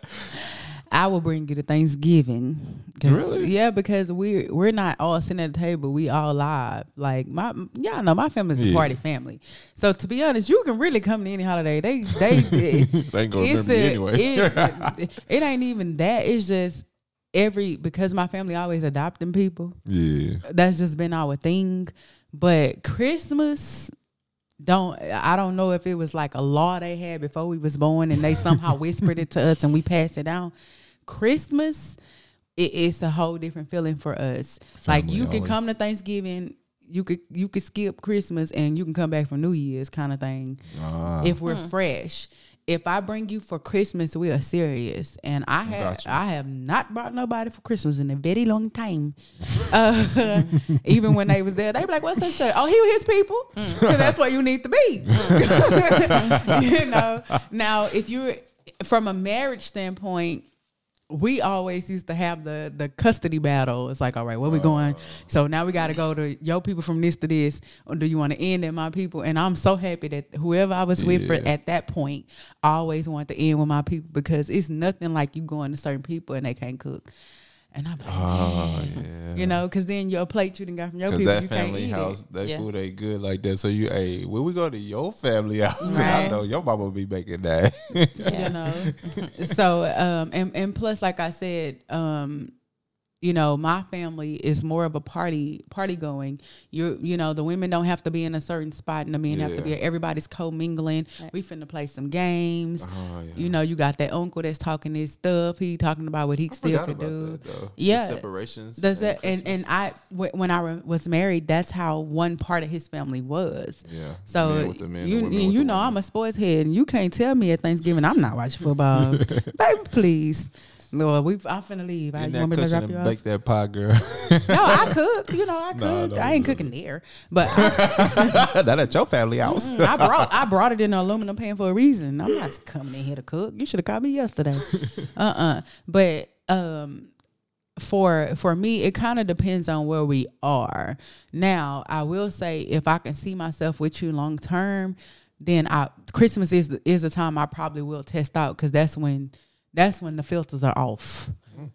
Speaker 4: I will bring you to Thanksgiving. 'Cause-
Speaker 3: Really?
Speaker 4: Yeah, because we we're not all sitting at the table. We all live. Like my y'all know my family's
Speaker 3: Yeah.
Speaker 4: a party family. So to be honest, you can really come to any holiday. They they
Speaker 3: They ain't gonna
Speaker 4: It's
Speaker 3: remember me
Speaker 4: a-
Speaker 3: anyway.
Speaker 4: It, it ain't even that. It's just every because my family always adopting people.
Speaker 3: Yeah,
Speaker 4: That's just been our thing. But Christmas don't I don't know if it was like a law they had before we was born and they somehow whispered it to us and we passed it down. Christmas it, it's a whole different feeling for us. like
Speaker 3: Family
Speaker 4: you can
Speaker 3: only.
Speaker 4: come to Thanksgiving, you could you could skip Christmas and you can come back for New Year's kind of thing
Speaker 3: Ah.
Speaker 4: if we're fresh. If I bring you for Christmas, we are serious, and I have
Speaker 3: Gotcha.
Speaker 4: I have not brought nobody for Christmas in a very long time. Uh, even when they was there, they be like, "What's that?" sir? Oh, he with his people. So that's where you need to be. you know. Now, if you're from a marriage standpoint, we always used to have the the custody battle. It's like, all right, where we going? So now we got to go to your people from this to this. Or do you want to end at my people? And I'm so happy that whoever I was with for
Speaker 3: Yeah.
Speaker 4: at that point I always want to end with my people because it's nothing like you going to certain people and they can't cook. And I'm like,
Speaker 3: oh yeah.
Speaker 4: you know, because then your plate you done got from your
Speaker 3: Cause
Speaker 4: people,
Speaker 3: that
Speaker 4: you
Speaker 3: family
Speaker 4: can't eat
Speaker 3: house,
Speaker 4: it.
Speaker 3: that
Speaker 5: Yeah.
Speaker 3: food ain't good like that. So you, hey, when we go to your family house, 'cause I
Speaker 5: Right.
Speaker 3: know your mama be making that.
Speaker 5: Yeah.
Speaker 4: you know. so um and and plus like I said, um you know my family is more of a party party going you you know the women don't have to be in a certain spot and the men have to be
Speaker 3: Yeah.
Speaker 4: everybody's co-mingling we finna play some games
Speaker 3: Oh, yeah.
Speaker 4: you know you got that uncle that's talking his stuff he talking about what he still
Speaker 3: Forgot
Speaker 4: could
Speaker 3: about
Speaker 4: do
Speaker 3: that though.
Speaker 4: yeah
Speaker 3: the separations.
Speaker 4: does that
Speaker 3: Christmas.
Speaker 4: and, and i wh- when i re- was married that's how one part of his family was
Speaker 3: Yeah.
Speaker 4: so
Speaker 3: Men with the men, the
Speaker 4: you
Speaker 3: women
Speaker 4: you
Speaker 3: with the
Speaker 4: know
Speaker 3: women.
Speaker 4: I'm a sports head, and you can't tell me at Thanksgiving I'm not watching football, baby. Please, Lord, we I'm finna leave. I
Speaker 3: Get
Speaker 4: you
Speaker 3: in that
Speaker 4: want me to
Speaker 3: cushion
Speaker 4: drop
Speaker 3: and
Speaker 4: you off?
Speaker 3: bake that pie, girl.
Speaker 4: No, I cooked. You know, I
Speaker 3: Nah, I
Speaker 4: cooked.
Speaker 3: don't
Speaker 4: I ain't
Speaker 3: do
Speaker 4: cooking there, but I,
Speaker 3: Not at your family house.
Speaker 4: Mm, I brought I brought it in an aluminum pan for a reason. I'm not coming in here to cook. You should have called me yesterday. Uh uh But um, for for me, it kind of depends on where we are. Now, I will say if I can see myself with you long term, then I Christmas is the, is the time I probably will test out because that's when that's when the filters are off.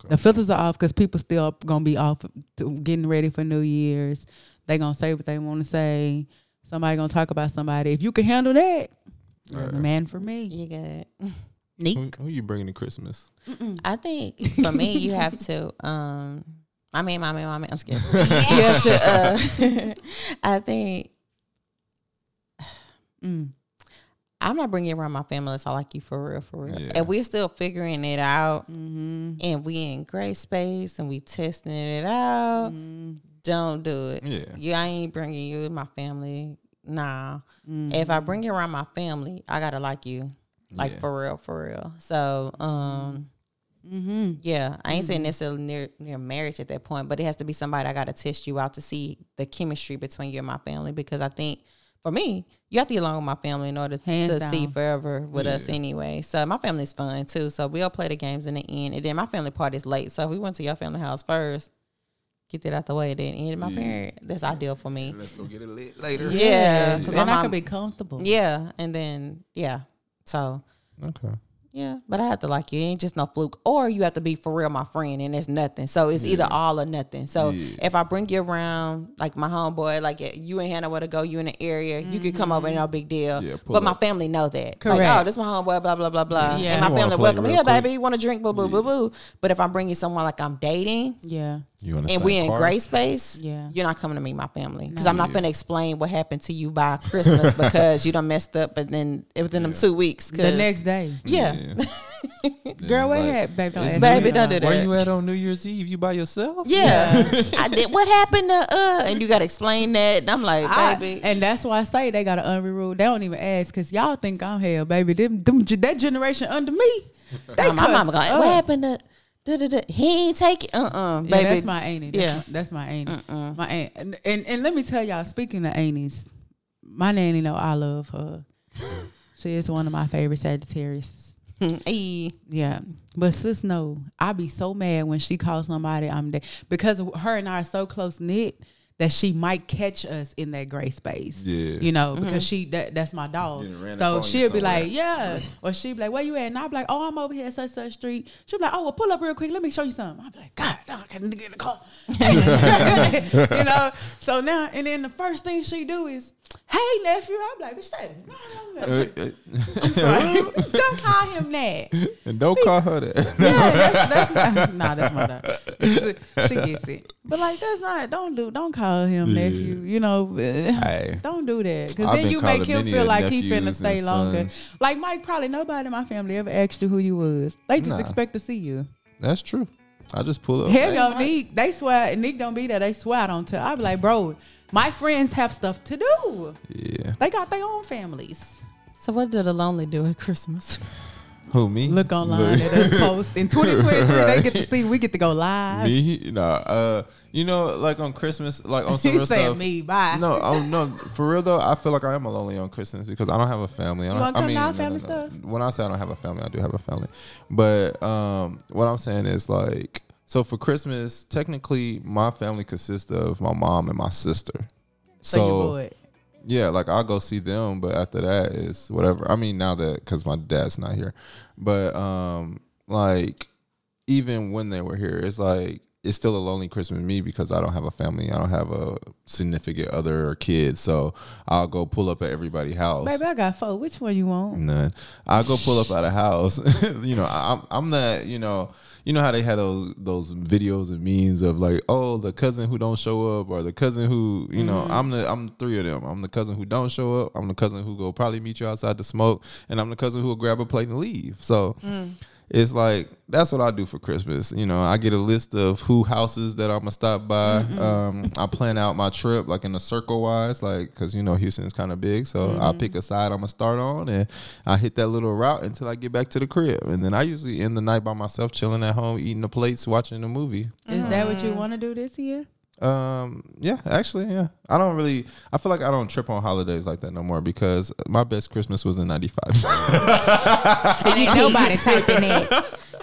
Speaker 4: The filters are off because people still gonna be off to getting ready for New Year's. They gonna say what they want to say. Somebody gonna talk about somebody. If you can handle that, you're the man for me.
Speaker 5: You good?
Speaker 3: Who, who you bringing to Christmas?
Speaker 5: I think for me, you have to. Um, I mean, I mean, I mean, I'm scared. you have to. Uh, I think
Speaker 4: Mm.
Speaker 5: I'm not bringing around my family unless I like you for real, for real.
Speaker 3: Yeah.
Speaker 5: And we're still figuring it out, and we in gray space, and we testing it out. Don't do it.
Speaker 3: Yeah.
Speaker 5: you. I ain't bringing you in my family. Nah. If I bring you around my family, I gotta like you, like
Speaker 3: Mm. Yeah.
Speaker 5: for real, for real. So, um,
Speaker 4: Mm-hmm.
Speaker 5: yeah, I ain't saying
Speaker 3: Mm-hmm.
Speaker 5: necessarily near near marriage at that point, but it has to be somebody I gotta test you out to see the chemistry between you and my family because I think. For me, you have to get along with my family in order
Speaker 4: Hands
Speaker 5: to see
Speaker 4: down.
Speaker 5: forever with us
Speaker 3: Yeah.
Speaker 5: anyway. So my family's fun too. So we all play the games in the end, and then my family party's late. So if we went to your family house first, get that out the way. Then end my parent. That's ideal for me.
Speaker 3: Let's go get it lit later.
Speaker 5: Yeah, 'cause
Speaker 4: and
Speaker 5: my
Speaker 4: I
Speaker 5: mom-
Speaker 4: can be comfortable.
Speaker 5: Yeah, and then yeah. So
Speaker 3: Okay.
Speaker 5: yeah, but I have to like you. It ain't just no fluke, or you have to be for real my friend, and it's nothing. So it's either all or nothing. So
Speaker 3: Yeah.
Speaker 5: if I bring you around, like my homeboy, like eh, you ain't had nowhere to go, you in the area, you could come over, no big deal.
Speaker 3: Yeah, pull
Speaker 5: but my
Speaker 3: up.
Speaker 5: family know that. Like,
Speaker 4: Mm-hmm. Correct.
Speaker 5: oh, this my homeboy, blah blah blah blah.
Speaker 4: Yeah.
Speaker 5: And
Speaker 4: You
Speaker 5: my
Speaker 3: wanna
Speaker 5: family
Speaker 3: play
Speaker 5: welcome
Speaker 3: real
Speaker 5: here,
Speaker 3: quick.
Speaker 5: baby. You want to drink? Boo boo boo boo. But if I'm bringing someone like I'm dating,
Speaker 4: Yeah.
Speaker 3: You want
Speaker 5: and we in gray space,
Speaker 4: Yeah.
Speaker 5: you're not coming to meet my family because
Speaker 4: No.
Speaker 5: I'm not going to explain what happened to you by Christmas because you done messed up. But then it within them two weeks, 'cause-
Speaker 4: The next day.
Speaker 5: yeah,
Speaker 4: Girl, what
Speaker 3: like,
Speaker 4: happened, baby? Don't ask
Speaker 5: Baby,
Speaker 4: me
Speaker 5: don't do
Speaker 4: about
Speaker 5: that.
Speaker 4: it.
Speaker 3: Where you at on New Year's Eve? You by yourself?
Speaker 5: yeah, I did. What happened to uh? And you got to explain that. And I'm like,
Speaker 4: I-
Speaker 5: baby,
Speaker 4: and that's why I say they got an unruled. They don't even ask because y'all think I'm hell, baby. Them, them, that generation under me, they
Speaker 5: my mama
Speaker 4: cuss
Speaker 5: going,
Speaker 4: up.
Speaker 5: what happened to? da-da-da? He ain't take it. Uh uh
Speaker 4: Yeah,
Speaker 5: baby.
Speaker 4: that's my auntie. That's
Speaker 5: Yeah.
Speaker 4: my, that's my auntie. My aunt. And, and and let me tell y'all. Speaking of aunties, my nanny know I love her. she is one of my favorite Sagittarius.
Speaker 5: Eh.
Speaker 4: Yeah. But sis, no, I be so mad when she calls somebody I'm there because her and I are so close knit that she might catch us in that gray space.
Speaker 3: Yeah.
Speaker 4: You know, because she that, that's my dog.
Speaker 3: Then ran up
Speaker 4: So
Speaker 3: on you
Speaker 4: she'll be
Speaker 3: somewhere.
Speaker 4: like, Yeah. Or she'll be like, Where you at? And I'll be like, Oh, I'm over here at such such street. She'll be like, Oh, well pull up real quick. Let me show you something. I'll be like, God, no, I gotta get in the car. you know. So now and then the first thing she do is, Hey nephew, I'll be like, Bitch, that is not
Speaker 3: Uh, uh,
Speaker 4: your nephew." Don't call him that.
Speaker 3: and don't call her that.
Speaker 4: Yeah, that's, that's not, nah, that's my dog. She, she gets it. But like, that's not. Don't do. Don't call him
Speaker 3: Yeah.
Speaker 4: nephew. You know,
Speaker 3: Hey.
Speaker 4: don't do that because
Speaker 3: I've
Speaker 4: then
Speaker 3: been
Speaker 4: you make
Speaker 3: calling
Speaker 4: him
Speaker 3: many
Speaker 4: feel
Speaker 3: of
Speaker 4: like he
Speaker 3: nephews
Speaker 4: finna
Speaker 3: and
Speaker 4: stay longer.
Speaker 3: sons.
Speaker 4: Like Mike, probably nobody in my family ever asked you who you was. They just
Speaker 3: Nah.
Speaker 4: expect to see you.
Speaker 3: That's true. I just pull up.
Speaker 4: Hell, yo, Nick. They swear Nick don't be there. They swear I don't tell. I be like, bro, my friends have stuff to do.
Speaker 3: Yeah.
Speaker 4: They got their own families.
Speaker 5: So what did the lonely do at Christmas?
Speaker 3: Who me?
Speaker 4: Look online at us posts in 2023. They get to see. We get to go live.
Speaker 3: Me? Nah. Uh, you know, like on Christmas, like on some
Speaker 4: He
Speaker 3: real
Speaker 4: said
Speaker 3: stuff.
Speaker 4: me. Bye.
Speaker 3: No, um, no. For real though, I feel like I am lonely on Christmas because I don't have a family. I don't,
Speaker 4: wanna
Speaker 3: I
Speaker 4: come
Speaker 3: mean,
Speaker 4: to our
Speaker 3: no,
Speaker 4: family
Speaker 3: no, no.
Speaker 4: stuff?
Speaker 3: when I say I don't have a family, I do have a family. But um, what I'm saying is like, so for Christmas, technically, my family consists of my mom and my sister.
Speaker 4: So, you're bored.
Speaker 3: Yeah, like I'll go see them, but after that it's whatever. I mean, now that because my dad's not here, but um, like even when they were here, it's like it's still a lonely Christmas to me because I don't have a family. I don't have a significant other or kids. So I'll go pull up at everybody's house.
Speaker 4: Baby, I got four. Which one you want?
Speaker 3: None. I'll go pull up at a house. you know, I'm I'm not, you know, you know how they had those those videos and memes of like, oh, the cousin who don't show up or the cousin who, you know, I'm the I'm three of them. I'm the cousin who don't show up. I'm the cousin who go probably meet you outside to smoke, and I'm the cousin who will grab a plate and leave. So it's like that's what I do for Christmas. You know, I get a list of who houses that I'm gonna stop by. Um, I plan out my trip like in a circle wise, like because you know Houston's kind of big, so I pick a side I'm gonna start on, and I hit that little route until I get back to the crib, and then I usually end the night by myself, chilling at home, eating the plates, watching a movie.
Speaker 4: Is that what you
Speaker 5: Mm-hmm.
Speaker 4: want to do this year?
Speaker 3: Um, yeah, actually, yeah. I don't really. I feel like I don't trip on holidays like that no more because my best Christmas was in '95.
Speaker 5: So you ain't nobody typing it.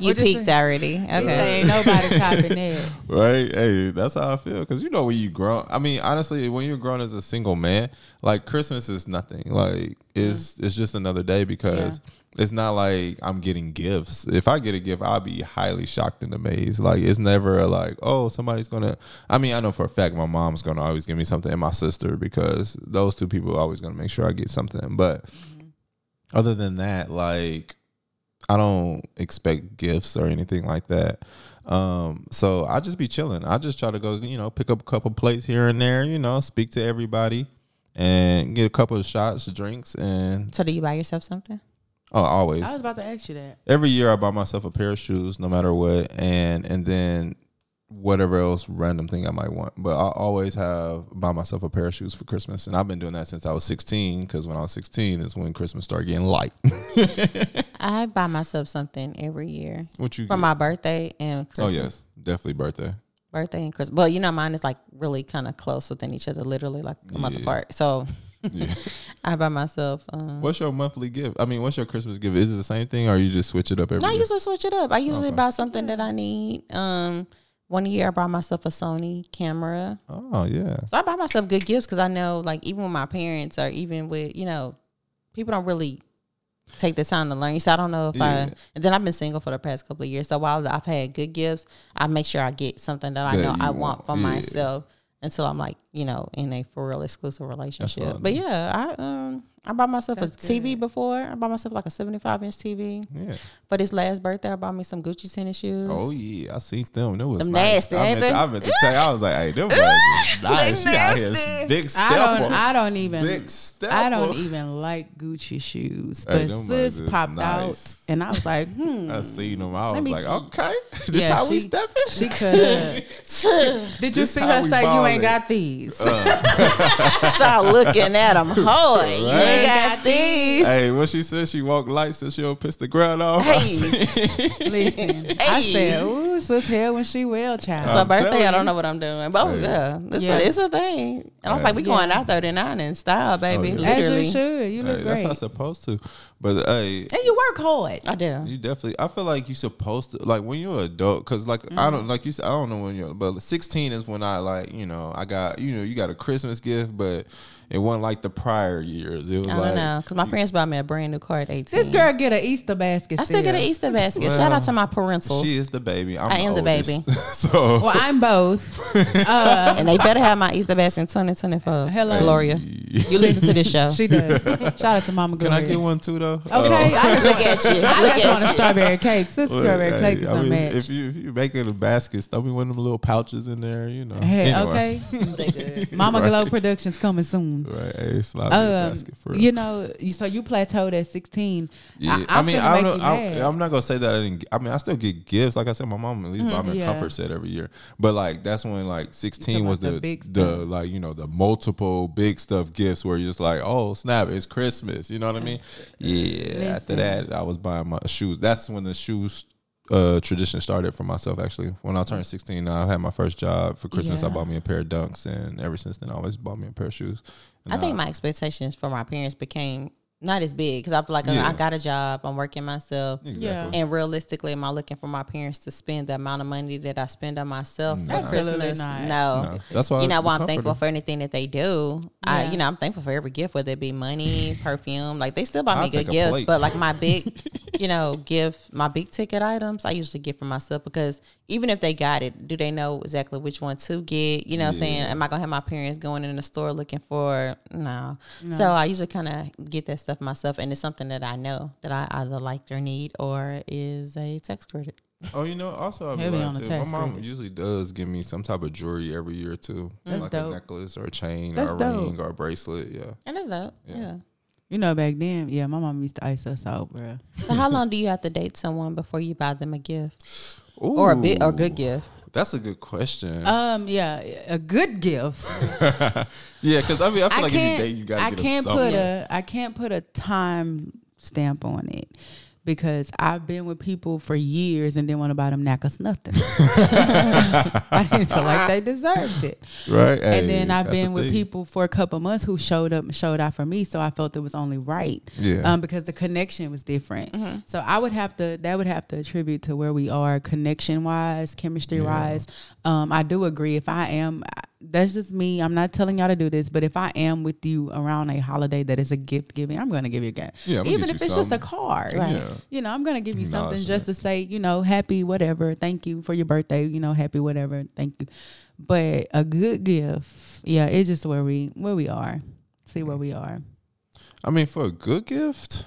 Speaker 5: You
Speaker 4: you
Speaker 5: peaked already. Okay.
Speaker 4: ain't nobody topping that.
Speaker 3: Right? Hey, that's how I feel. Because you know, when you grown, I mean, honestly, when you're grown as a single man, like Christmas is nothing. Like it's it's just another day because it's not like I'm getting gifts. If I get a gift, I'll be highly shocked and amazed. Like it's never like, oh, somebody's gonna. I mean, I know for a fact my mom's gonna always give me something, and my sister because those two people are always gonna make sure I get something. But
Speaker 4: Mm-hmm.
Speaker 3: other than that, like I don't expect gifts or anything like that. Um, so I just be chilling. I just try to go, you know, pick up a couple plates here and there, you know, speak to everybody and get a couple of shots, drinks, and
Speaker 5: So do you buy yourself something?
Speaker 3: oh, always.
Speaker 4: I was about to ask you that.
Speaker 3: Every year I buy myself a pair of shoes, no matter what, and and then whatever else random thing I might want. But I always have buy myself a pair of shoes for Christmas, and I've been doing that since I was 16. Because when I was 16 is when Christmas started getting light.
Speaker 5: I buy myself something every year
Speaker 3: what you?
Speaker 5: for
Speaker 3: get?
Speaker 5: my birthday and Christmas.
Speaker 3: oh yes, definitely birthday.
Speaker 5: Birthday and Christmas. Well, you know, mine is like really kind of close within each other, literally like a month
Speaker 3: Yeah.
Speaker 5: apart. So
Speaker 3: Yeah.
Speaker 5: I buy myself. Um,
Speaker 3: What's your monthly gift? I mean, what's your Christmas gift? Is it the same thing, or you just switch it up every?
Speaker 5: No, I
Speaker 3: year?
Speaker 5: usually switch it up. I usually
Speaker 3: Okay.
Speaker 5: buy something that I need. Um, one year I bought myself a Sony camera.
Speaker 3: oh yeah,
Speaker 5: So I buy myself good gifts because I know, like, even with my parents or even with you know, people don't really take the time to learn. So I don't know if
Speaker 3: Yeah.
Speaker 5: I. And then I've been single for the past couple of years. So while I've had good gifts, I make sure I get something that I
Speaker 3: That
Speaker 5: know
Speaker 3: you
Speaker 5: I want
Speaker 3: want.
Speaker 5: for
Speaker 3: Yeah.
Speaker 5: myself until I'm like, you know, in a for real exclusive
Speaker 3: all I
Speaker 5: relationship. But yeah, I um. I bought myself a
Speaker 4: That's
Speaker 5: TV
Speaker 4: good.
Speaker 5: before. I bought myself like a 75 inch TV.
Speaker 3: yeah.
Speaker 5: For this last birthday, I bought me some Gucci tennis shoes.
Speaker 3: Oh yeah, I seen them. That was
Speaker 5: Them
Speaker 3: nice.
Speaker 5: nasty,
Speaker 3: I meant,
Speaker 5: ain't they?
Speaker 3: I meant to tell you, I was like, hey, them guys is nice. She out here,
Speaker 5: nasty.
Speaker 3: big step
Speaker 4: I don't.
Speaker 3: up.
Speaker 4: I don't even.
Speaker 3: big step.
Speaker 4: I don't
Speaker 3: up.
Speaker 4: even like Gucci shoes,
Speaker 3: Hey,
Speaker 4: but
Speaker 3: them
Speaker 4: sis
Speaker 3: motherfuckers
Speaker 4: popped
Speaker 3: nice.
Speaker 4: out, and I was like, hmm.
Speaker 3: I seen them. I
Speaker 4: Let
Speaker 3: was
Speaker 4: me
Speaker 3: like,
Speaker 4: see.
Speaker 3: okay, this
Speaker 4: Yeah,
Speaker 3: how we
Speaker 4: she-
Speaker 3: stepping.
Speaker 4: She could. Did you
Speaker 3: This
Speaker 4: see
Speaker 3: how
Speaker 4: her
Speaker 3: we
Speaker 4: say you
Speaker 3: ballin'." Uh.
Speaker 4: ain't got these?
Speaker 5: Stop looking at them, hard. You ain't got these.
Speaker 3: Hey, when she said she walked light, so she'll piss the ground off. I
Speaker 5: Hey.
Speaker 3: said-
Speaker 4: Listen, I
Speaker 5: Hey.
Speaker 4: said, "Ooh, sis, hell when she will, child."
Speaker 5: It's a
Speaker 3: I'm telling
Speaker 5: birthday. I
Speaker 3: you.
Speaker 5: don't know what I'm doing, but oh,
Speaker 3: Hey.
Speaker 5: yeah, it's, A,
Speaker 4: Yeah.
Speaker 5: it's a thing. And I was
Speaker 3: Hey. Oh,
Speaker 5: like, we going out 39 in style, baby.
Speaker 3: yeah.
Speaker 4: As
Speaker 5: Literally,
Speaker 4: you should. You look
Speaker 3: Hey, that's
Speaker 4: great,
Speaker 3: not supposed to. But hey,
Speaker 4: and you work hard.
Speaker 5: I do.
Speaker 3: You definitely. I feel like you supposed to like when you're an adult, cause like I
Speaker 4: Mm.
Speaker 3: don't like you. said, I don't know when you're, but sixteen is when I like you know I got you know you got a Christmas gift, but it wasn't like the prior years. It was
Speaker 5: I
Speaker 3: like
Speaker 5: don't know because my parents bought me a brand new car at 18.
Speaker 4: This
Speaker 3: Mm.
Speaker 4: girl get an Easter basket.
Speaker 5: I still get an Easter basket. Shout out to my parentals,
Speaker 3: she is the baby. I'm
Speaker 5: I am the
Speaker 3: oldest.
Speaker 5: baby.
Speaker 3: so
Speaker 4: Well, I'm both.
Speaker 5: Uh, and they better have my Easter basket in 2024.
Speaker 4: Hello.
Speaker 5: Gloria. You listen to this show.
Speaker 4: She does. Shout out to Mama
Speaker 3: can
Speaker 4: Gloria.
Speaker 3: I get one too though? Oh.
Speaker 4: Okay, I just,
Speaker 5: Look at you. Look
Speaker 4: I just want a
Speaker 5: at you.
Speaker 4: strawberry cake. Sis,
Speaker 3: Look,
Speaker 4: strawberry
Speaker 3: hey,
Speaker 4: cake is
Speaker 3: I mean,
Speaker 4: unmatched.
Speaker 3: if you if you make it a basket, throw me one of them little pouches in there. You know.
Speaker 4: Hey,
Speaker 3: Anyway.
Speaker 4: okay.
Speaker 5: They good.
Speaker 4: Mama
Speaker 3: Right.
Speaker 4: Glow Productions coming soon.
Speaker 3: Right, hey, slide me a
Speaker 4: Um,
Speaker 3: basket for real.
Speaker 4: you know, you- so you plateaued at 16.
Speaker 3: Yeah, I,
Speaker 4: I'm
Speaker 3: mean,
Speaker 4: finna
Speaker 3: I
Speaker 4: make
Speaker 3: don't.
Speaker 4: you
Speaker 3: I,
Speaker 4: mad.
Speaker 3: am not gonna say that I didn't. I mean, I still get gifts. Like I said, my mom at least buy me a
Speaker 4: Mm-hmm. Yeah.
Speaker 3: comfort set every year. But like that's when like 16
Speaker 4: about
Speaker 3: was
Speaker 4: the
Speaker 3: the the,
Speaker 4: big stuff.
Speaker 3: like you know the multiple big stuff gifts where you're just like, oh snap, it's Christmas. You know what I mean? Yeah. After that, I was buying my shoes. That's when the shoes. Uh, tradition started for myself actually. When I turned 16, I had my first job for Christmas. I
Speaker 5: Yeah.
Speaker 3: bought me a pair of dunks, and ever since then, I always bought me a pair of shoes.
Speaker 5: I think
Speaker 3: Uh,
Speaker 5: my expectations for my parents became not as big because I feel like uh,
Speaker 3: Yeah.
Speaker 5: I, I got a job, I'm working myself,
Speaker 3: Exactly.
Speaker 5: and realistically, am I looking for my parents to spend the amount of money that I spend on myself for
Speaker 4: Absolutely
Speaker 5: Christmas?
Speaker 4: not.
Speaker 5: No.
Speaker 3: Mm, No. That's why
Speaker 5: you know
Speaker 3: the
Speaker 5: why I'm
Speaker 3: comforter-
Speaker 5: thankful for anything that they do. I you know I'm thankful for every gift, whether it be money, perfume. Like they still buy
Speaker 3: I'll
Speaker 5: me
Speaker 3: take
Speaker 5: good
Speaker 3: a
Speaker 5: gifts,
Speaker 3: plate.
Speaker 5: but like my big, you know, gift, my big ticket items, I usually get for myself because even if they got it, do they know exactly which one to get? You know, what I'm saying, am I gonna have my parents going in the store looking for? No. So I usually kind of get that stuff myself, and it's something that I know that I either like or need or is a tax credit.
Speaker 3: Oh, you know, also I'll be
Speaker 4: Heavy
Speaker 3: lying
Speaker 4: on the
Speaker 3: too. My
Speaker 4: tax
Speaker 3: mom
Speaker 4: credit.
Speaker 3: usually does give me some type of jewelry every year too,
Speaker 4: That's
Speaker 3: like a
Speaker 4: dope.
Speaker 3: necklace or a chain
Speaker 4: That's
Speaker 3: or a
Speaker 4: dope.
Speaker 3: ring or a bracelet. Yeah,
Speaker 5: And that's dope.
Speaker 3: Yeah.
Speaker 5: yeah.
Speaker 4: You know, back then, yeah, my mom used to ice us out, bro.
Speaker 5: So how long do you have to date someone before you buy them a gift? or a bit or good gift.
Speaker 3: That's a good question.
Speaker 4: Um, yeah, a good gift.
Speaker 3: yeah, because I mean, I feel like if you
Speaker 4: can't-
Speaker 3: date, you gotta
Speaker 4: I
Speaker 3: get
Speaker 4: can't
Speaker 3: them something.
Speaker 4: put a I can't put a time stamp on it because I've been with people for years and didn't want to buy them knackers nothing. I didn't feel like they deserved it.
Speaker 3: right,
Speaker 4: and then I've been with
Speaker 3: people.
Speaker 4: people for a couple months who showed up and showed out for me, so I felt it was only right.
Speaker 3: Yeah.
Speaker 4: Um, because the connection was different. So I would have to that would have to attribute to where we are connection wise, chemistry wise. Um, I do agree. If I am, that's just me. I'm not telling y'all to do this, but if I am with you around a holiday that is a gift giving, I'm going to give you a gift.
Speaker 3: Yeah, I'm gonna
Speaker 4: Even
Speaker 3: get
Speaker 4: if
Speaker 3: you
Speaker 4: it's just a
Speaker 3: something.
Speaker 4: card,
Speaker 5: Right.
Speaker 3: Yeah.
Speaker 4: you know, I'm gonna give you something
Speaker 3: Acknowledgement.
Speaker 4: just to say, you know, happy whatever, thank you for your birthday, you know, happy whatever, thank you. But a good gift, yeah, it's just where we where we are. See where we are.
Speaker 3: I mean, for a good gift,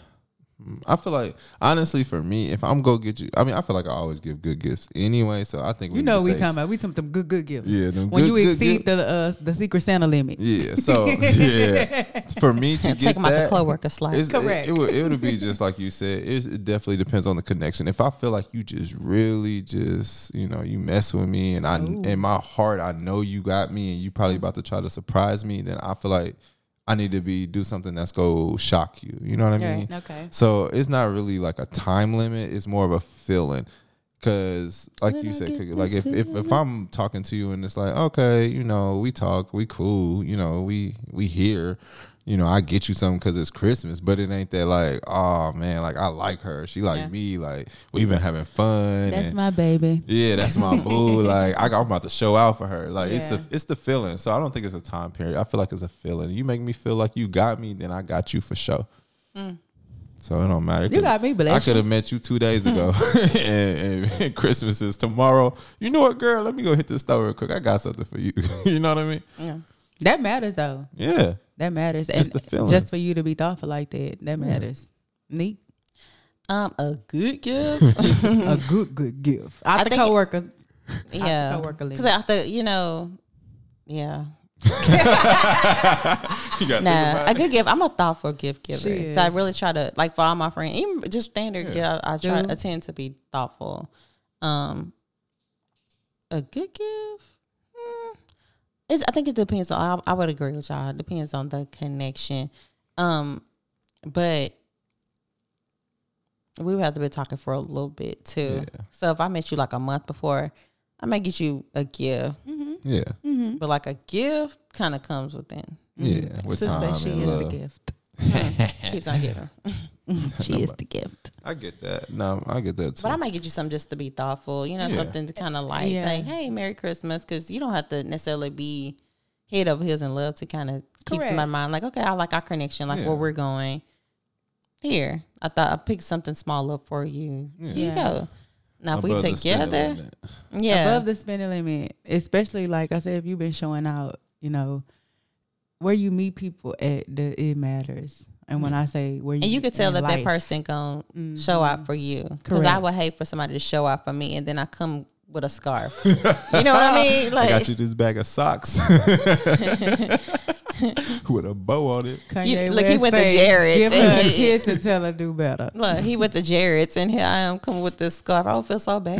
Speaker 3: mm, I feel like honestly, for me, if I'm go get you, I mean, I feel like I always give good gifts anyway. So I think we
Speaker 4: You
Speaker 3: need
Speaker 4: know,
Speaker 3: to
Speaker 4: we
Speaker 3: say-
Speaker 4: talking about we talking them good good gifts.
Speaker 3: Yeah, them
Speaker 4: when
Speaker 3: good,
Speaker 4: you
Speaker 3: good
Speaker 4: exceed the uh, the Secret Santa limit.
Speaker 3: Yeah, so yeah, for me to get
Speaker 5: Take them out the
Speaker 3: that,
Speaker 5: coworker slide.
Speaker 3: It's,
Speaker 4: Correct.
Speaker 3: It, it would it would be just like you said. It's, it definitely depends on the connection. If I feel like you just really just you know you mess with me and I in my heart I know you got me and you probably about to try to surprise me, then I feel like I need to be do something that's go shock you. You know what I mean?
Speaker 4: okay.
Speaker 3: So it's not really like a time limit. It's more of a feeling. Cause like you said, Cookie, like if, if if I'm talking to you and it's like, okay, you know, we talk, we cool, you know, we we here, you know, I get you something because it's Christmas, but it ain't that like, oh man, like I like her, she like me, like we've been having fun.
Speaker 4: That's
Speaker 3: and-
Speaker 4: my baby.
Speaker 3: yeah, that's my boo. Like I, I'm about to show out for her. Like it's
Speaker 4: Yeah.
Speaker 3: a, it's the feeling. So I don't think it's a time period. I feel like it's a feeling. You make me feel like you got me, then I got you for sure. So it don't matter.
Speaker 4: Mm. You got me, but
Speaker 3: I
Speaker 4: that's Mm.
Speaker 3: could have met you two days ago, and, and Christmas is tomorrow. You know what, girl? Let me go hit the store real quick. I got something for you. you know what I mean?
Speaker 4: Mm. that matters though.
Speaker 3: Yeah.
Speaker 4: That matters. And
Speaker 3: It's the feeling.
Speaker 4: just for you to be thoughtful like that, that matters. Neat.
Speaker 5: Um, a good gift.
Speaker 3: Mm-hmm.
Speaker 4: a good good gift. Out
Speaker 5: I
Speaker 4: the
Speaker 5: think-
Speaker 4: coworker.
Speaker 5: yeah,
Speaker 4: coworker
Speaker 5: because
Speaker 4: limit.
Speaker 5: after you know, yeah.
Speaker 3: You got
Speaker 5: Nah, a good gift. I'm a thoughtful gift giver,
Speaker 4: She
Speaker 5: so I
Speaker 4: is.
Speaker 5: really try to like for all my friends, even just standard gift. I try
Speaker 4: Dude.
Speaker 5: I tend to be thoughtful. Um, a good gift. Mm, It's, I think it depends on. I, I would agree with y'all. It depends on the connection. Um, but we would have to be talking for a little bit too. So if I met you like a month before, I might get you a gift,
Speaker 3: yeah,
Speaker 5: but like a gift kind of comes within.
Speaker 3: yeah. With
Speaker 4: Sister,
Speaker 3: time
Speaker 4: she
Speaker 3: and
Speaker 4: is the
Speaker 3: love.
Speaker 4: gift.
Speaker 5: Hmm, Keeps on giving.
Speaker 4: She is the gift.
Speaker 3: I get that. No, I get that too.
Speaker 5: But I might get you something just to be thoughtful, you know,
Speaker 3: Yeah.
Speaker 5: something to kind of like,
Speaker 4: Yeah.
Speaker 5: like, hey, Merry Christmas, because you don't have to necessarily be head over heels in love to kind of keep to my
Speaker 4: Correct.
Speaker 5: mind, like, okay, I like our connection, like
Speaker 3: Yeah.
Speaker 5: where we're going. Here, I thought I picked something small up for you. Here
Speaker 4: Yeah.
Speaker 5: you go. Now, if we
Speaker 3: Above the spending
Speaker 5: together,
Speaker 3: limit.
Speaker 5: yeah,
Speaker 4: above the spending limit, especially like I said, if you've been showing out, you know, where you meet people at, the, it matters. And when I say where you,
Speaker 5: and you could tell
Speaker 4: in
Speaker 5: that that
Speaker 4: life, Mm-hmm.
Speaker 5: person gonna show out for you, because I
Speaker 4: Correct.
Speaker 5: would hate for somebody to show out for me, and then I come with a scarf. you know what I mean? Like,
Speaker 3: I got you this bag of socks with a bow on it.
Speaker 4: Kanye
Speaker 5: You- look, he
Speaker 4: West
Speaker 5: went to
Speaker 4: say,
Speaker 5: Jared's
Speaker 4: Give
Speaker 5: and
Speaker 4: her a
Speaker 5: he-
Speaker 4: kiss and tell her do better.
Speaker 5: Look, he went to Jared's, and here I am coming with this scarf. I don't feel so bad.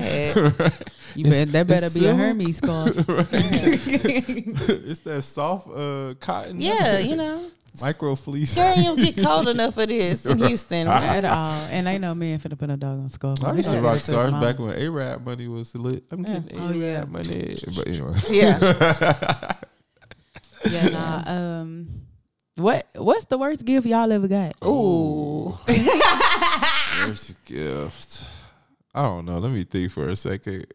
Speaker 4: You better, that better
Speaker 3: it's
Speaker 4: be a
Speaker 3: silk.
Speaker 4: Hermes scarf.
Speaker 3: it's that soft uh, cotton.
Speaker 5: yeah, you know,
Speaker 3: Micro fleece.
Speaker 5: girl, you don't get cold enough for this in Houston.
Speaker 4: at all. And ain't no man finna put a dog on scarf.
Speaker 3: I
Speaker 4: on.
Speaker 3: used to
Speaker 4: Yeah.
Speaker 3: rock
Speaker 4: That's his
Speaker 3: stars
Speaker 4: mom.
Speaker 3: back when A-Rap money was lit. I'm getting
Speaker 4: Oh, yeah.
Speaker 3: A-Rap money. But anyway.
Speaker 5: Yeah,
Speaker 4: Yeah, nah, um, What What's the worst gift y'all ever got? Ooh,
Speaker 3: Worst gift. I don't know. Let me think for a second.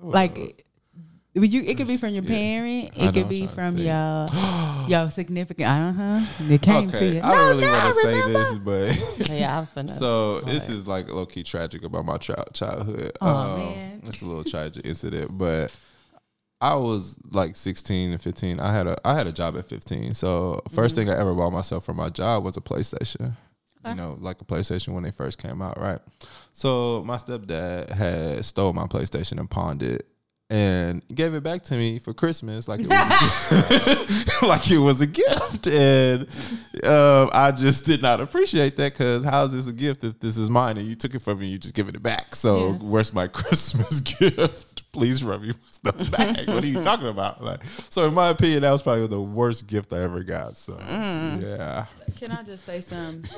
Speaker 4: like. Would you, it could be from your
Speaker 3: Yeah.
Speaker 4: parent.
Speaker 3: I
Speaker 4: It
Speaker 3: know,
Speaker 4: could
Speaker 3: I'm
Speaker 4: be
Speaker 3: trying to
Speaker 4: from
Speaker 3: think.
Speaker 4: your your significant. Uh huh. It came to
Speaker 3: Okay,
Speaker 4: you.
Speaker 3: I don't really
Speaker 4: I
Speaker 3: want to say this, but
Speaker 5: Yeah, I'm finna.
Speaker 3: So this is like low key tragic about my child childhood. um,
Speaker 4: man.
Speaker 3: it's a little tragic incident, but I was like 16 and 15. I had a I had a job at 15. So 1st thing I ever bought myself for my job was a PlayStation. You know, like a PlayStation when they first came out, right? So my stepdad had stole my PlayStation and pawned it. And gave it back to me for Christmas, like it was like it was a gift, and um, I just did not appreciate that because how is this a gift if this is mine and you took it from me? You just giving it back. So where's my Christmas gift? Please rub your stuff back. what are you talking about? Like, so in my opinion, that was probably the worst gift I ever got. So
Speaker 4: Mm.
Speaker 3: yeah,
Speaker 4: Can I just say something?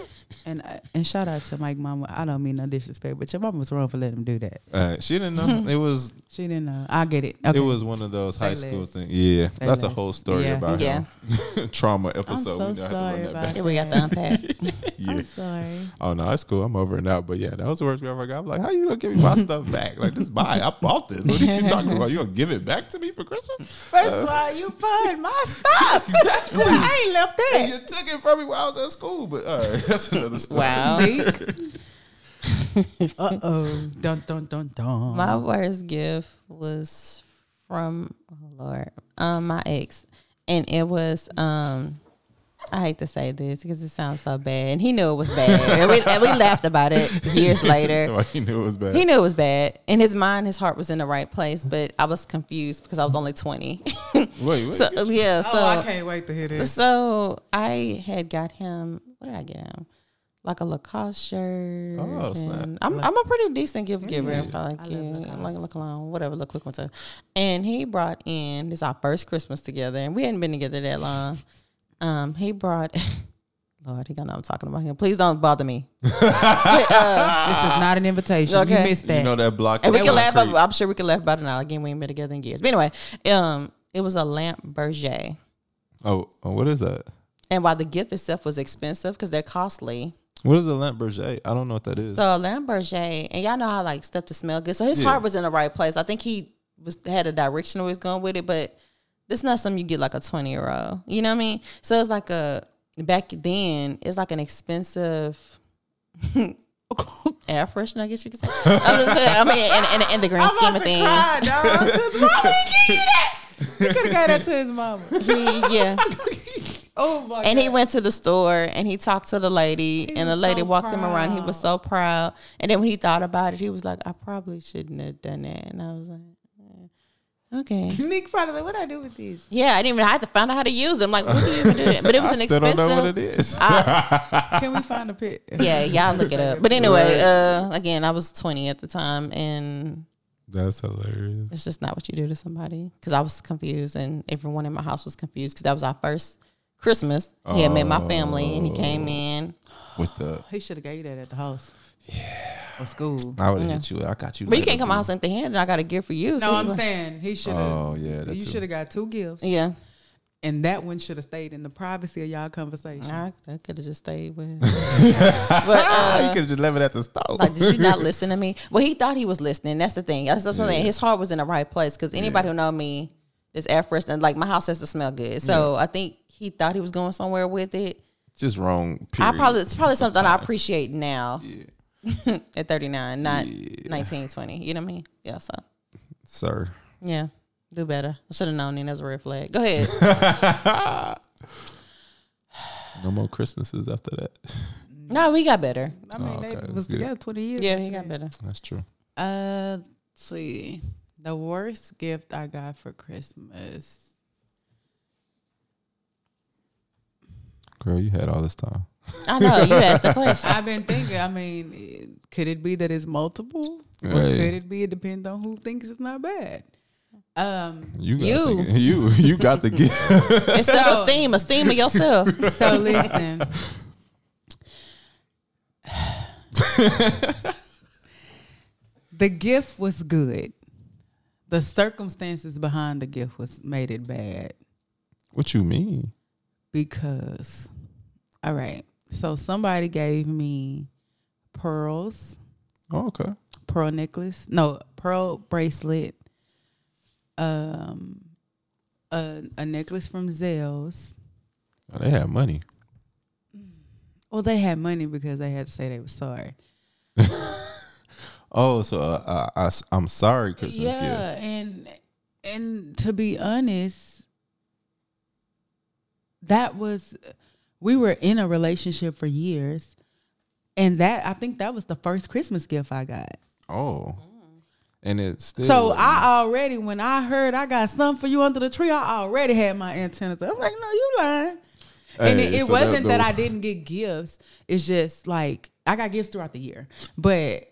Speaker 4: And I- and shout out to Mike Mama. I don't mean no disrespect, but your mama was wrong for letting him do that.
Speaker 3: Uh, she didn't know it was
Speaker 4: She didn't know. I get it. Okay.
Speaker 3: it was one of those high school
Speaker 4: less.
Speaker 3: things. Yeah, that's a
Speaker 4: less.
Speaker 3: whole story
Speaker 4: Yeah.
Speaker 3: about him. trauma episode.
Speaker 4: so
Speaker 3: we don't have
Speaker 4: sorry
Speaker 3: to run that
Speaker 4: about
Speaker 3: back.
Speaker 5: Here we got the unpack.
Speaker 3: Yeah.
Speaker 4: sorry.
Speaker 3: Oh no, it's cool. I'm over it now. But yeah, that was the worst we ever got. I'm like, how you gonna give me my stuff back? Like, just buy. it. I bought this. What are you talking about? You gonna give it back to me for Christmas? Uh,
Speaker 4: First of all, you pawned my stuff.
Speaker 3: Exactly.
Speaker 4: I ain't left
Speaker 3: And
Speaker 4: that.
Speaker 3: you took it from me while I was at school. But all right, that's another story.
Speaker 5: Wow.
Speaker 4: Uh oh. Dun dun dun dun.
Speaker 5: My worst gift was from oh Lord, um, my ex, and it was um, I hate to say this because it sounds so bad, and he knew it was bad, and we, and we laughed about it years later.
Speaker 3: Well, you knew it was bad.
Speaker 5: He knew it was bad. In his mind, his heart was in the right place, but I was confused because I was only twenty.
Speaker 3: Wait, wait.
Speaker 5: so yeah, so
Speaker 4: oh, I can't wait to hear this.
Speaker 5: so I had got him. What did I get him? Like a Lacoste shirt.
Speaker 3: Oh, snap.
Speaker 5: and I'm I'm a pretty decent gift giver. If I like
Speaker 4: I
Speaker 5: yeah,
Speaker 4: love
Speaker 5: like look alone, whatever, look quick one too. And he brought in this our first Christmas together, and we hadn't been together that long. Um, he brought. Lord, he gonna know I'm talking about him. Please don't bother me.
Speaker 4: this is not an invitation. You
Speaker 5: okay.
Speaker 4: missed that.
Speaker 3: you know that block.
Speaker 5: And we
Speaker 3: is
Speaker 5: can laugh.
Speaker 3: concrete.
Speaker 5: ab- I'm sure we can laugh about it now. Again, we ain't been together in years. But anyway, um, it was a lamp Berger.
Speaker 3: Oh, oh, what is that?
Speaker 5: And while the gift itself was expensive because they're costly,
Speaker 3: What is a lamp berger? I don't know what that is.
Speaker 5: So Alain Berger, and y'all know how like stuff to smell good. So his
Speaker 3: Yeah.
Speaker 5: heart was in the right place. I think he was had a direction where he was going with it, but it's not something you get like a twenty year old. You know what I mean? So it's like a back then, it's like an expensive air freshener, I guess you could say. I'm just saying, I mean, in, in, in the grand
Speaker 4: I'm
Speaker 5: scheme
Speaker 4: about
Speaker 5: of things,
Speaker 4: to cry, dog. 'cause Why would he give you that? He could have got that to his mama.
Speaker 5: he- yeah.
Speaker 4: Oh my
Speaker 5: And
Speaker 4: god.
Speaker 5: he went to the store and he talked to the lady, and the
Speaker 4: was
Speaker 5: lady
Speaker 4: so
Speaker 5: walked him around. He
Speaker 4: proud.
Speaker 5: was so proud. And then when he thought about it, he was like, I probably shouldn't have done that. And I was like, "Yeah, okay.
Speaker 4: Nick probably like, what I do with these?
Speaker 5: Yeah, I didn't even, I had to find out how to use them. Like, what do you even do? But it was an
Speaker 3: I still don't
Speaker 5: expensive.
Speaker 3: know what it is.
Speaker 4: Can we find a pic?
Speaker 5: yeah, y'all look it up. But anyway, uh, again, I was 20 at the time, and
Speaker 3: That's hilarious.
Speaker 5: it's just not what you do to somebody. Because I was confused, and everyone in my house was confused because that was our first Christmas. He had met my family, and he came
Speaker 3: Oh.
Speaker 5: in.
Speaker 3: With the,
Speaker 4: He should have gave you that at the house. Yeah. Or school.
Speaker 3: I would have hit you. I got you.
Speaker 5: But you
Speaker 3: later,
Speaker 5: can't come
Speaker 3: dude.
Speaker 5: out empty handed. I got a gift for you.
Speaker 4: No,
Speaker 5: So
Speaker 4: I'm
Speaker 5: you-
Speaker 4: saying he should have.
Speaker 3: Oh yeah, that
Speaker 4: you
Speaker 3: too.
Speaker 4: should have got two gifts,
Speaker 5: Yeah.
Speaker 4: and that one should have stayed in the privacy of y'all conversation.
Speaker 5: I, I could have just stayed with.
Speaker 3: Ah, you could have just left it at the stove.
Speaker 5: uh, Like, did you not listen to me? Well, he thought he was listening. That's the thing. That's, that's what I'm saying. His heart was in the right place because anybody who know me, this air freshener, like my house has to smell good. So I think he thought he was going somewhere with it.
Speaker 3: just wrong.
Speaker 5: I
Speaker 3: Period.
Speaker 5: probably it's probably something I appreciate now. at 39, not nineteen, twenty. You know what I mean? Yeah. So
Speaker 3: sir.
Speaker 5: yeah, do better. I should have known. Then that's a red flag. Go ahead.
Speaker 3: No more Christmases after that.
Speaker 5: no, we got better.
Speaker 4: I mean,
Speaker 3: Oh, okay,
Speaker 4: they was
Speaker 3: that's good.
Speaker 4: together twenty years.
Speaker 5: Yeah, he got better.
Speaker 3: That's true.
Speaker 4: Uh, let's see, the worst gift I got for Christmas.
Speaker 3: Girl, you had all this time.
Speaker 5: I know you asked the question.
Speaker 4: I've been thinking. I mean, it- could it be that it's multiple, or
Speaker 3: Right.
Speaker 4: could it be it depends on who thinks it's not bad? Um,
Speaker 3: You got
Speaker 5: You.
Speaker 3: The, you you got the gift.
Speaker 5: It's self esteem, esteem of yourself.
Speaker 4: so listen. the gift was good. The circumstances behind the gift was made it bad
Speaker 3: what you mean?
Speaker 4: because All right. So somebody gave me pearls,
Speaker 3: Oh, okay.
Speaker 4: pearl necklace, no, pearl bracelet, um, a, a necklace from Zell's.
Speaker 3: Oh, they had money.
Speaker 4: Well, they had money because they had to say they were sorry.
Speaker 3: Oh, so uh, I, I, am sorry, Christmas gift.
Speaker 4: yeah, and and to be honest, that was we were in a relationship for years, and that I think that was the first Christmas gift I got.
Speaker 3: Oh, and it's still.
Speaker 4: Mm. So I already, when I heard I got something for you under the tree, I already had my antennas. up. I'm like, no, you lying. and
Speaker 3: Hey,
Speaker 4: it,
Speaker 3: so
Speaker 4: it
Speaker 3: that-
Speaker 4: wasn't that,
Speaker 3: that-
Speaker 4: I didn't get gifts. It's just like I got gifts throughout the year, but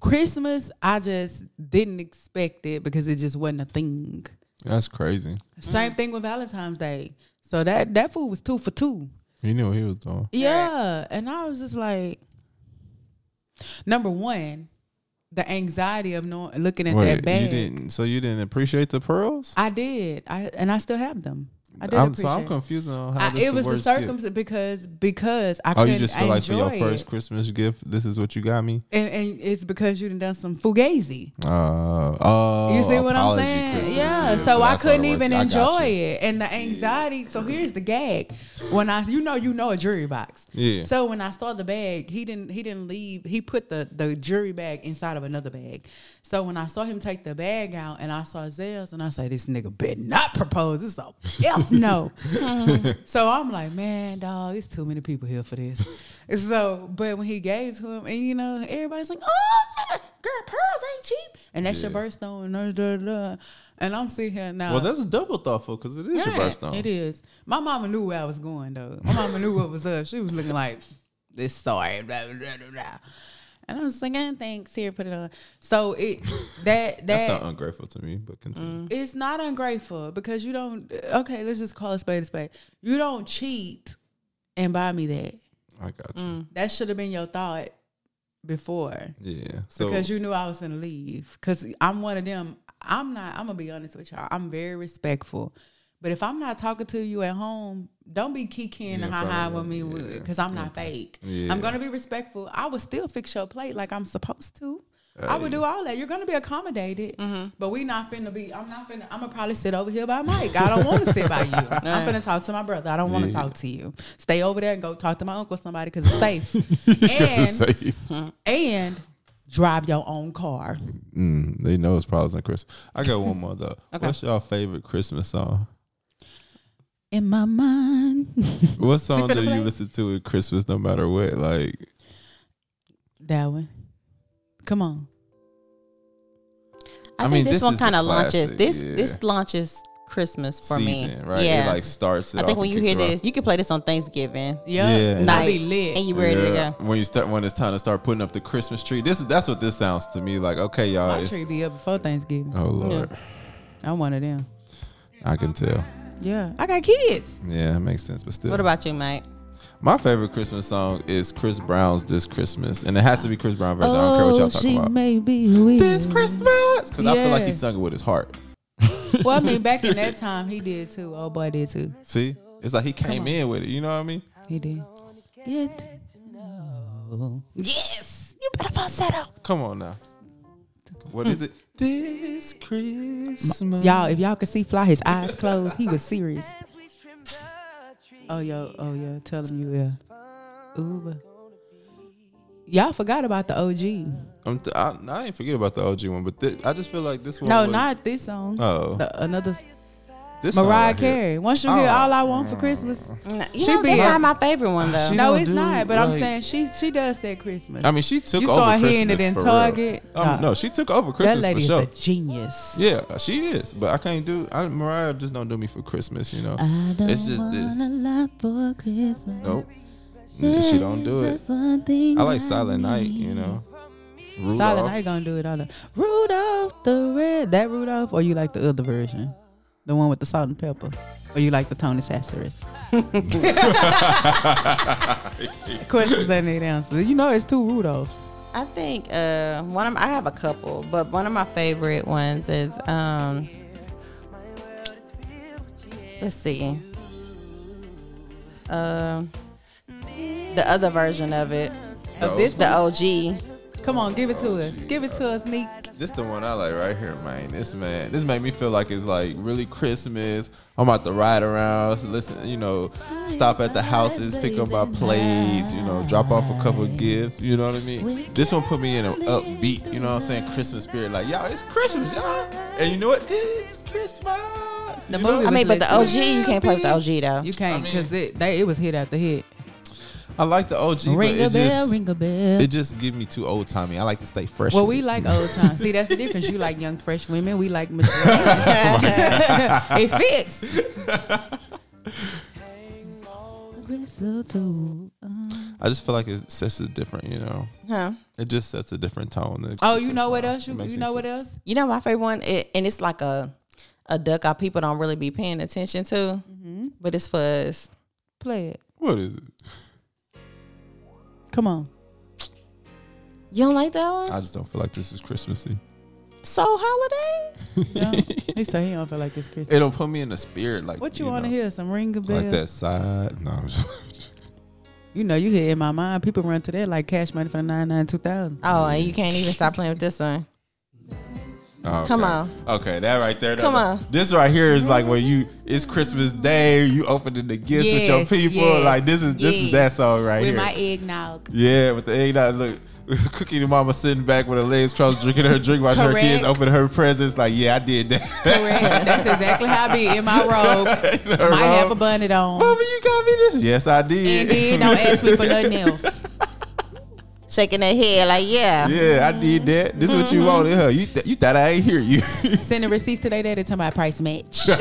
Speaker 4: Christmas I just didn't expect it because it just wasn't a thing.
Speaker 3: That's crazy.
Speaker 4: Same
Speaker 3: Mm.
Speaker 4: thing with Valentine's Day. So that that food was two for two.
Speaker 3: He knew what he was doing.
Speaker 4: Yeah, and I was just like, number one, the anxiety of knowing looking at
Speaker 3: Wait,
Speaker 4: that bag.
Speaker 3: you didn't. So you didn't appreciate the pearls?
Speaker 4: I did. I and I still have them. I did
Speaker 3: am
Speaker 4: appreciate.
Speaker 3: so I'm confused on how
Speaker 4: I,
Speaker 3: this
Speaker 4: it was
Speaker 3: the
Speaker 4: the
Speaker 3: worst gift.
Speaker 4: circumstance because because I
Speaker 3: Oh,
Speaker 4: couldn't
Speaker 3: you just feel like for your
Speaker 4: enjoy
Speaker 3: first
Speaker 4: it.
Speaker 3: Christmas gift, this is what you got me.
Speaker 4: and, and it's because you done done some fugazi.
Speaker 3: Uh, oh,
Speaker 4: You see what I'm
Speaker 3: apology
Speaker 4: saying?
Speaker 3: Christmas
Speaker 4: yeah.
Speaker 3: gift.
Speaker 4: So I
Speaker 3: that's why the
Speaker 4: couldn't
Speaker 3: worst-
Speaker 4: even
Speaker 3: I got
Speaker 4: enjoy
Speaker 3: you.
Speaker 4: it, and the anxiety. So here's the gag: when I, you know, you know a jury box.
Speaker 3: Yeah.
Speaker 4: So when I saw the bag, he didn't. He didn't leave. He put the the jury bag inside of another bag. So when I saw him take the bag out, and I saw Zell's, and I said, "This nigga better not propose. This a f no." so I'm like, man, dog, it's too many people here for this. so, but when he gave to him, and you know, everybody's like, "Oh, girl, pearls ain't cheap," and that's your birthstone. da, da, da. And I'm sitting here now.
Speaker 3: Well, that's double thoughtful because it is your
Speaker 4: Yeah,
Speaker 3: birthstone.
Speaker 4: It is. My mama knew where I was going though. My mama knew what was up. She was looking like this sorry, blah, blah, blah, blah, blah. And I was like, "Eh, thanks. Here, put it on. So it that
Speaker 3: That's
Speaker 4: that
Speaker 3: not ungrateful to me, but continue.
Speaker 4: it's not ungrateful because you don't okay, let's just call a spade a spade. You don't cheat and buy me that.
Speaker 3: I got you.
Speaker 4: That should have been your thought before.
Speaker 3: Yeah. So
Speaker 4: because you knew I was gonna leave. Because I'm one of them. I'm not. I'm gonna be honest with y'all. I'm very respectful. But if I'm not talking to you at home, don't be kikiing and
Speaker 3: Yeah,
Speaker 4: ha ha
Speaker 3: probably,
Speaker 4: with me
Speaker 3: yeah.
Speaker 4: because I'm not fake.
Speaker 3: Yeah.
Speaker 4: I'm gonna be respectful. I would still fix your plate like I'm supposed to. I would
Speaker 3: Hey.
Speaker 4: do all that. You're gonna be accommodated, but we not finna be. I'm not finna. I'm gonna probably sit over here by Mike. I don't want to sit by you. I'm finna talk to my brother. I don't want to
Speaker 3: Yeah.
Speaker 4: talk to you. Stay over there and go talk to my uncle, or somebody, because it's safe. and
Speaker 3: say,
Speaker 4: Hmm. and drive your own car.
Speaker 3: mm, they know it's probably on Chris. I got one more though. What's your favorite Christmas song?
Speaker 4: In my mind,
Speaker 3: What song
Speaker 4: finna
Speaker 3: do
Speaker 4: play?
Speaker 3: you listen to at Christmas, no matter what? Like,
Speaker 4: that one. Come on,
Speaker 5: I,
Speaker 3: I
Speaker 5: think
Speaker 3: mean,
Speaker 5: this,
Speaker 3: this
Speaker 5: one
Speaker 3: is a
Speaker 5: kind of launches.
Speaker 3: classic,
Speaker 5: This
Speaker 3: yeah.
Speaker 5: this launches Christmas for
Speaker 3: season,
Speaker 5: me.
Speaker 3: right?
Speaker 5: Yeah.
Speaker 3: It like starts. It
Speaker 5: I think
Speaker 3: off
Speaker 5: when
Speaker 3: and
Speaker 5: you hear
Speaker 3: kicks it off.
Speaker 5: this, you can play this on Thanksgiving
Speaker 3: Yeah.
Speaker 4: I'll
Speaker 5: night,
Speaker 4: be lit.
Speaker 5: and you ready
Speaker 3: Yeah.
Speaker 5: to go.
Speaker 3: When you start, when it's time to start putting up the Christmas tree, this is that's what this sounds to me like. Okay, y'all.
Speaker 4: My
Speaker 3: It's,
Speaker 4: tree be up before Thanksgiving.
Speaker 3: oh Lord,
Speaker 4: I'm one of them.
Speaker 3: I can tell.
Speaker 4: Yeah, I got kids.
Speaker 3: Yeah, it makes sense, but still.
Speaker 5: What about you, Mike?
Speaker 3: My favorite Christmas song is Chris Brown's "This Christmas," and it has to be Chris Brown version. I don't care what y'all talking
Speaker 4: Oh, she
Speaker 3: about.
Speaker 4: may be weird.
Speaker 3: this Christmas, because I feel like
Speaker 4: Yeah.
Speaker 3: he sung it with his heart.
Speaker 4: well, I mean, back in that time, he did too. Old boy did too.
Speaker 3: See, it's like he came in with it. You know what I mean?
Speaker 4: He did. Get
Speaker 5: Yes, you better falsetto.
Speaker 3: Come on now. What is it? This Christmas.
Speaker 4: Y'all, if y'all could see Fly, his eyes closed. He was serious. Oh yo, oh yo, tell him you yeah. Uber. Y'all forgot about the OG.
Speaker 3: I'm th- I, I ain't forget about the OG one, but thi- I just feel like this one.
Speaker 4: No,
Speaker 3: was-
Speaker 4: not this song.
Speaker 3: Oh.
Speaker 4: The- another s-
Speaker 3: this song
Speaker 4: Mariah
Speaker 3: right here.
Speaker 4: Carey. Once you hear
Speaker 3: Oh.
Speaker 4: "All I Want for Christmas,"
Speaker 5: You
Speaker 4: She
Speaker 5: know,
Speaker 4: be
Speaker 5: that's
Speaker 4: a-
Speaker 5: not my favorite one though.
Speaker 3: She-
Speaker 4: no,
Speaker 3: don't
Speaker 4: it's
Speaker 3: do,
Speaker 4: not. But I'm
Speaker 3: like-
Speaker 4: saying she she does say Christmas.
Speaker 3: I mean, she took
Speaker 4: You
Speaker 3: over
Speaker 4: start
Speaker 3: Christmas
Speaker 4: hearing it in
Speaker 3: for
Speaker 4: Target?
Speaker 3: Real. Um,
Speaker 4: No.
Speaker 3: no, she took over
Speaker 4: that
Speaker 3: Christmas
Speaker 4: lady
Speaker 3: for
Speaker 4: is
Speaker 3: sure.
Speaker 4: a genius.
Speaker 3: Yeah, she is, but I can't do. I, Mariah just don't do me for Christmas, you know. it's just this.
Speaker 4: love for Christmas.
Speaker 3: Nope, Mm, she don't do it. I like Silent Night, you know. Rudolph.
Speaker 4: Silent Night gonna do it all. The, Rudolph the Red, that Rudolph, or you like the other version, the one with the salt and pepper, or you like the Tony Sasseris? Questions that need answers. You know, it's two Rudolphs.
Speaker 5: I think uh, one of I have a couple, but one of my favorite ones is um, let's see, um, Uh, the other version of it.
Speaker 4: Of this
Speaker 5: The OG.
Speaker 4: Come on, give it to us. Give it to us, Neek.
Speaker 3: This the one I like right here, man. This man, this made me feel like it's like really Christmas. I'm about to ride around, listen, you know, stop at the houses, pick up my plates, you know, drop off a couple gifts. You know what I mean? This one put me in an upbeat. You know what I'm saying? Christmas spirit, like y'all, it's Christmas, y'all, and you know what? It's Christmas.
Speaker 4: The
Speaker 3: you know?
Speaker 4: movie
Speaker 5: I mean, but the
Speaker 4: Let's
Speaker 5: OG, you can't play with the OG though.
Speaker 4: You can't
Speaker 3: I mean-
Speaker 4: because it they, it was hit after hit.
Speaker 3: I like the OG, but
Speaker 4: Ring a
Speaker 3: it
Speaker 4: bell,
Speaker 3: just
Speaker 4: ring a bell.
Speaker 3: it just give me too old timey. I like to stay fresh.
Speaker 4: Well,
Speaker 3: with
Speaker 4: we
Speaker 3: it.
Speaker 4: like old time. See, that's the difference. You like young, fresh women. We like mature. it fits.
Speaker 3: I just feel like it sets a different, you know.
Speaker 5: Huh?
Speaker 3: It just sets a different tone. It-
Speaker 4: Oh,
Speaker 3: it
Speaker 4: you
Speaker 3: puts
Speaker 4: know
Speaker 3: me
Speaker 4: what
Speaker 3: off.
Speaker 4: else?
Speaker 3: It
Speaker 4: You,
Speaker 3: makes
Speaker 4: you
Speaker 3: me
Speaker 4: know
Speaker 3: feel-
Speaker 4: what else?
Speaker 5: You know my favorite one, it, and it's like a a duck out people don't really be paying attention to,
Speaker 4: Mm-hmm.
Speaker 5: but it's for us.
Speaker 4: Play it.
Speaker 3: What is it?
Speaker 4: Come on.
Speaker 5: You don't like that one?
Speaker 3: I just don't feel like this is Christmassy.
Speaker 5: so holidays.
Speaker 4: No. he said he don't feel like this Christmas.
Speaker 3: It don't put me in the spirit like
Speaker 4: What you, want to
Speaker 3: know,
Speaker 4: hear? Some ring a bell.
Speaker 3: Like that side. No, I'm just,
Speaker 4: You know, you hit in my mind. People run to that like cash money for the nine nine two thousand.
Speaker 5: Oh, and you can't even stop playing with this one.
Speaker 3: Oh, Okay.
Speaker 5: Come on.
Speaker 3: Okay, that right there. that-
Speaker 5: Come on.
Speaker 3: This right here is like when you it's Christmas Day, you opening the gifts
Speaker 5: Yes,
Speaker 3: with your people.
Speaker 5: yes,
Speaker 3: like this is this is that song right here.
Speaker 4: eggnog.
Speaker 3: yeah, with the egg out look. Cookie the mama sitting back with her legs crossed, drinking her drink, watching her kids
Speaker 5: Correct.
Speaker 3: open her presents. Like, yeah, I did that.
Speaker 4: Correct. That's exactly how I be in my robe.
Speaker 3: In her
Speaker 4: Might have a
Speaker 3: robe.
Speaker 4: bonnet on.
Speaker 3: Mama, you got me this. Yes, I did.
Speaker 4: And then don't ask me for nothing else.
Speaker 5: Shaking their head like, yeah.
Speaker 3: Yeah, I did that. This is what you
Speaker 4: Mm-hmm.
Speaker 3: wanted, huh? You, th- you thought I ain't hear you.
Speaker 4: Sending receipts today. That it's about price match.
Speaker 3: no,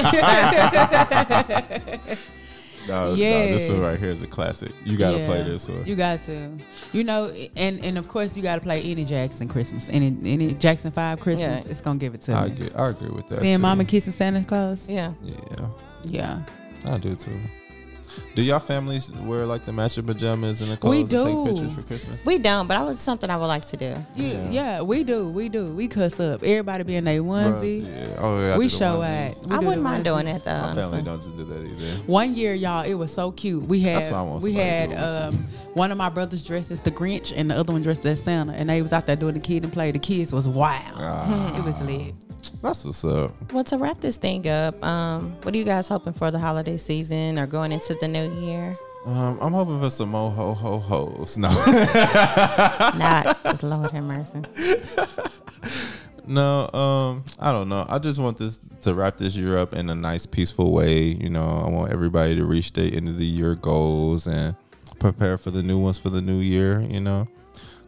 Speaker 3: no, this
Speaker 4: Yes.
Speaker 3: one right here is a classic. You gotta
Speaker 4: Yeah.
Speaker 3: play this one.
Speaker 4: You got to. You know, and and of course you got to play any Jackson Christmas, any any Jackson Five Christmas.
Speaker 5: Yeah.
Speaker 4: It's gonna give it to
Speaker 3: I
Speaker 4: me.
Speaker 3: agree, I agree with that.
Speaker 4: Seeing
Speaker 3: too.
Speaker 4: Mama kissing Santa Claus.
Speaker 5: Yeah.
Speaker 3: Yeah,
Speaker 4: Yeah,
Speaker 3: I do too. Do y'all families wear like the matching pajamas and the clothes
Speaker 4: We
Speaker 3: and
Speaker 4: do.
Speaker 3: take pictures for Christmas?
Speaker 5: We don't, but I was something I would like to do.
Speaker 4: yeah, yeah. We do, we do. We cuss up. Everybody be in their onesie.
Speaker 3: Bruh, yeah. Oh, yeah, I
Speaker 4: we
Speaker 3: do the
Speaker 4: show
Speaker 3: onesies.
Speaker 4: at. uh,
Speaker 5: I wouldn't mind doing that though.
Speaker 3: My family
Speaker 5: honestly.
Speaker 3: don't just do that either.
Speaker 4: One year, y'all, it was so cute. We had
Speaker 3: That's what I want
Speaker 4: we
Speaker 3: somebody to
Speaker 4: had
Speaker 3: do it
Speaker 4: um, one of my brothers dressed as the Grinch and the other one dressed as Santa, and they was out there doing the kid and play. The kids was wild.
Speaker 3: Ah.
Speaker 4: It was lit.
Speaker 3: That's what's up.
Speaker 5: Well, to wrap this thing up, um, what are you guys hoping for the holiday season or going into the new year?
Speaker 3: Um, I'm hoping for some more ho ho hoes. No,
Speaker 5: Not, just Lord have mercy.
Speaker 3: No, um, I don't know. I just want this to wrap this year up in a nice, peaceful way. You know, I want everybody to reach their end of the year goals and prepare for the new ones for the new year. You know,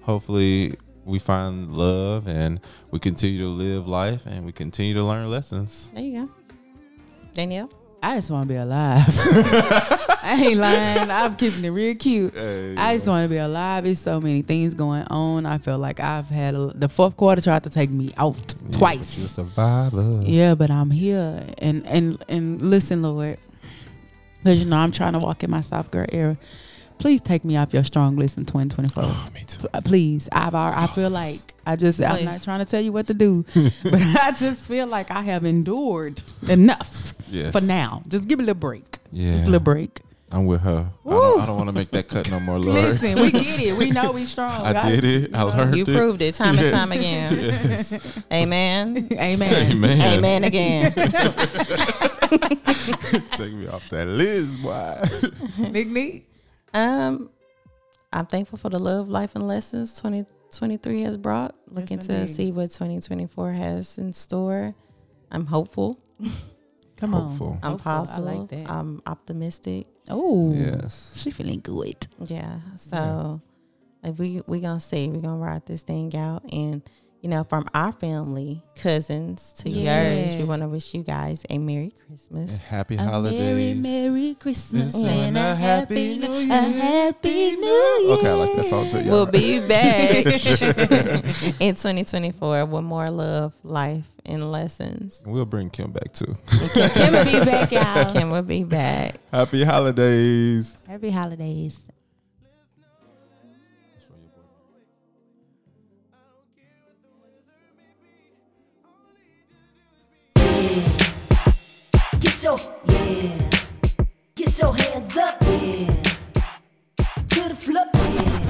Speaker 3: hopefully we find love and we continue to live life and we continue to learn lessons.
Speaker 5: There you go. Danielle?
Speaker 4: I just want to be alive. I ain't lying. I'm keeping it real cute. I just want to be alive. There's so many things going on. I feel like I've had a, the fourth quarter tried to take me out
Speaker 3: Yeah, but you a
Speaker 4: twice.
Speaker 3: survivor.
Speaker 4: Yeah, but I'm here. And and and listen, Lord, because you know I'm trying to walk in my soft girl era. Please take me off your strong list in 2024.
Speaker 3: Oh, me too.
Speaker 4: Uh, please i've al- i feel like i just i'm
Speaker 5: Please.
Speaker 4: not trying to tell you what to do but i just feel like i have endured enough
Speaker 3: Yes.
Speaker 4: for now just give me a little break
Speaker 3: Yeah,
Speaker 4: just a little break
Speaker 3: I'm with her. I
Speaker 4: Woo.
Speaker 3: don't, I don't want to make that cut no more, Lord.
Speaker 4: listen we get it we know we strong
Speaker 3: I did it. I learned
Speaker 5: You
Speaker 3: it.
Speaker 5: proved it time and
Speaker 3: Yes.
Speaker 5: time again.
Speaker 3: Yes.
Speaker 5: Amen.
Speaker 4: amen
Speaker 3: Amen.
Speaker 5: Amen again.
Speaker 3: Take me off that list, boy.
Speaker 4: Nick Nick.
Speaker 5: Um, I'm thankful for the love, life, and lessons 2023 has brought. Looking to
Speaker 4: indeed.
Speaker 5: see what 2024 has in store. I'm hopeful.
Speaker 4: come
Speaker 3: Hopeful.
Speaker 5: I'm
Speaker 4: Hopeful. I
Speaker 5: positive.
Speaker 4: like that.
Speaker 5: I'm optimistic.
Speaker 4: on oh
Speaker 3: Yes.
Speaker 4: she feeling good
Speaker 5: Yeah. So like, we we gonna see. We gonna ride this thing out, and you know, from our family, cousins to yours, we
Speaker 4: Yes.
Speaker 5: want to wish you guys a Merry Christmas.
Speaker 3: And happy
Speaker 4: A
Speaker 3: holidays.
Speaker 4: merry merry christmas
Speaker 3: Yes, and a happy New Year.
Speaker 4: a happy new year
Speaker 3: Okay, I like that song too. y'all.
Speaker 5: We'll be back in 2024 with more love, life, and lessons.
Speaker 3: And We'll bring Kim back too.
Speaker 5: Kim will be back out. Kim will be back.
Speaker 3: happy holidays.
Speaker 5: Happy holidays.
Speaker 1: Get your yeah. Get your hands up, yeah. To the floor, yeah.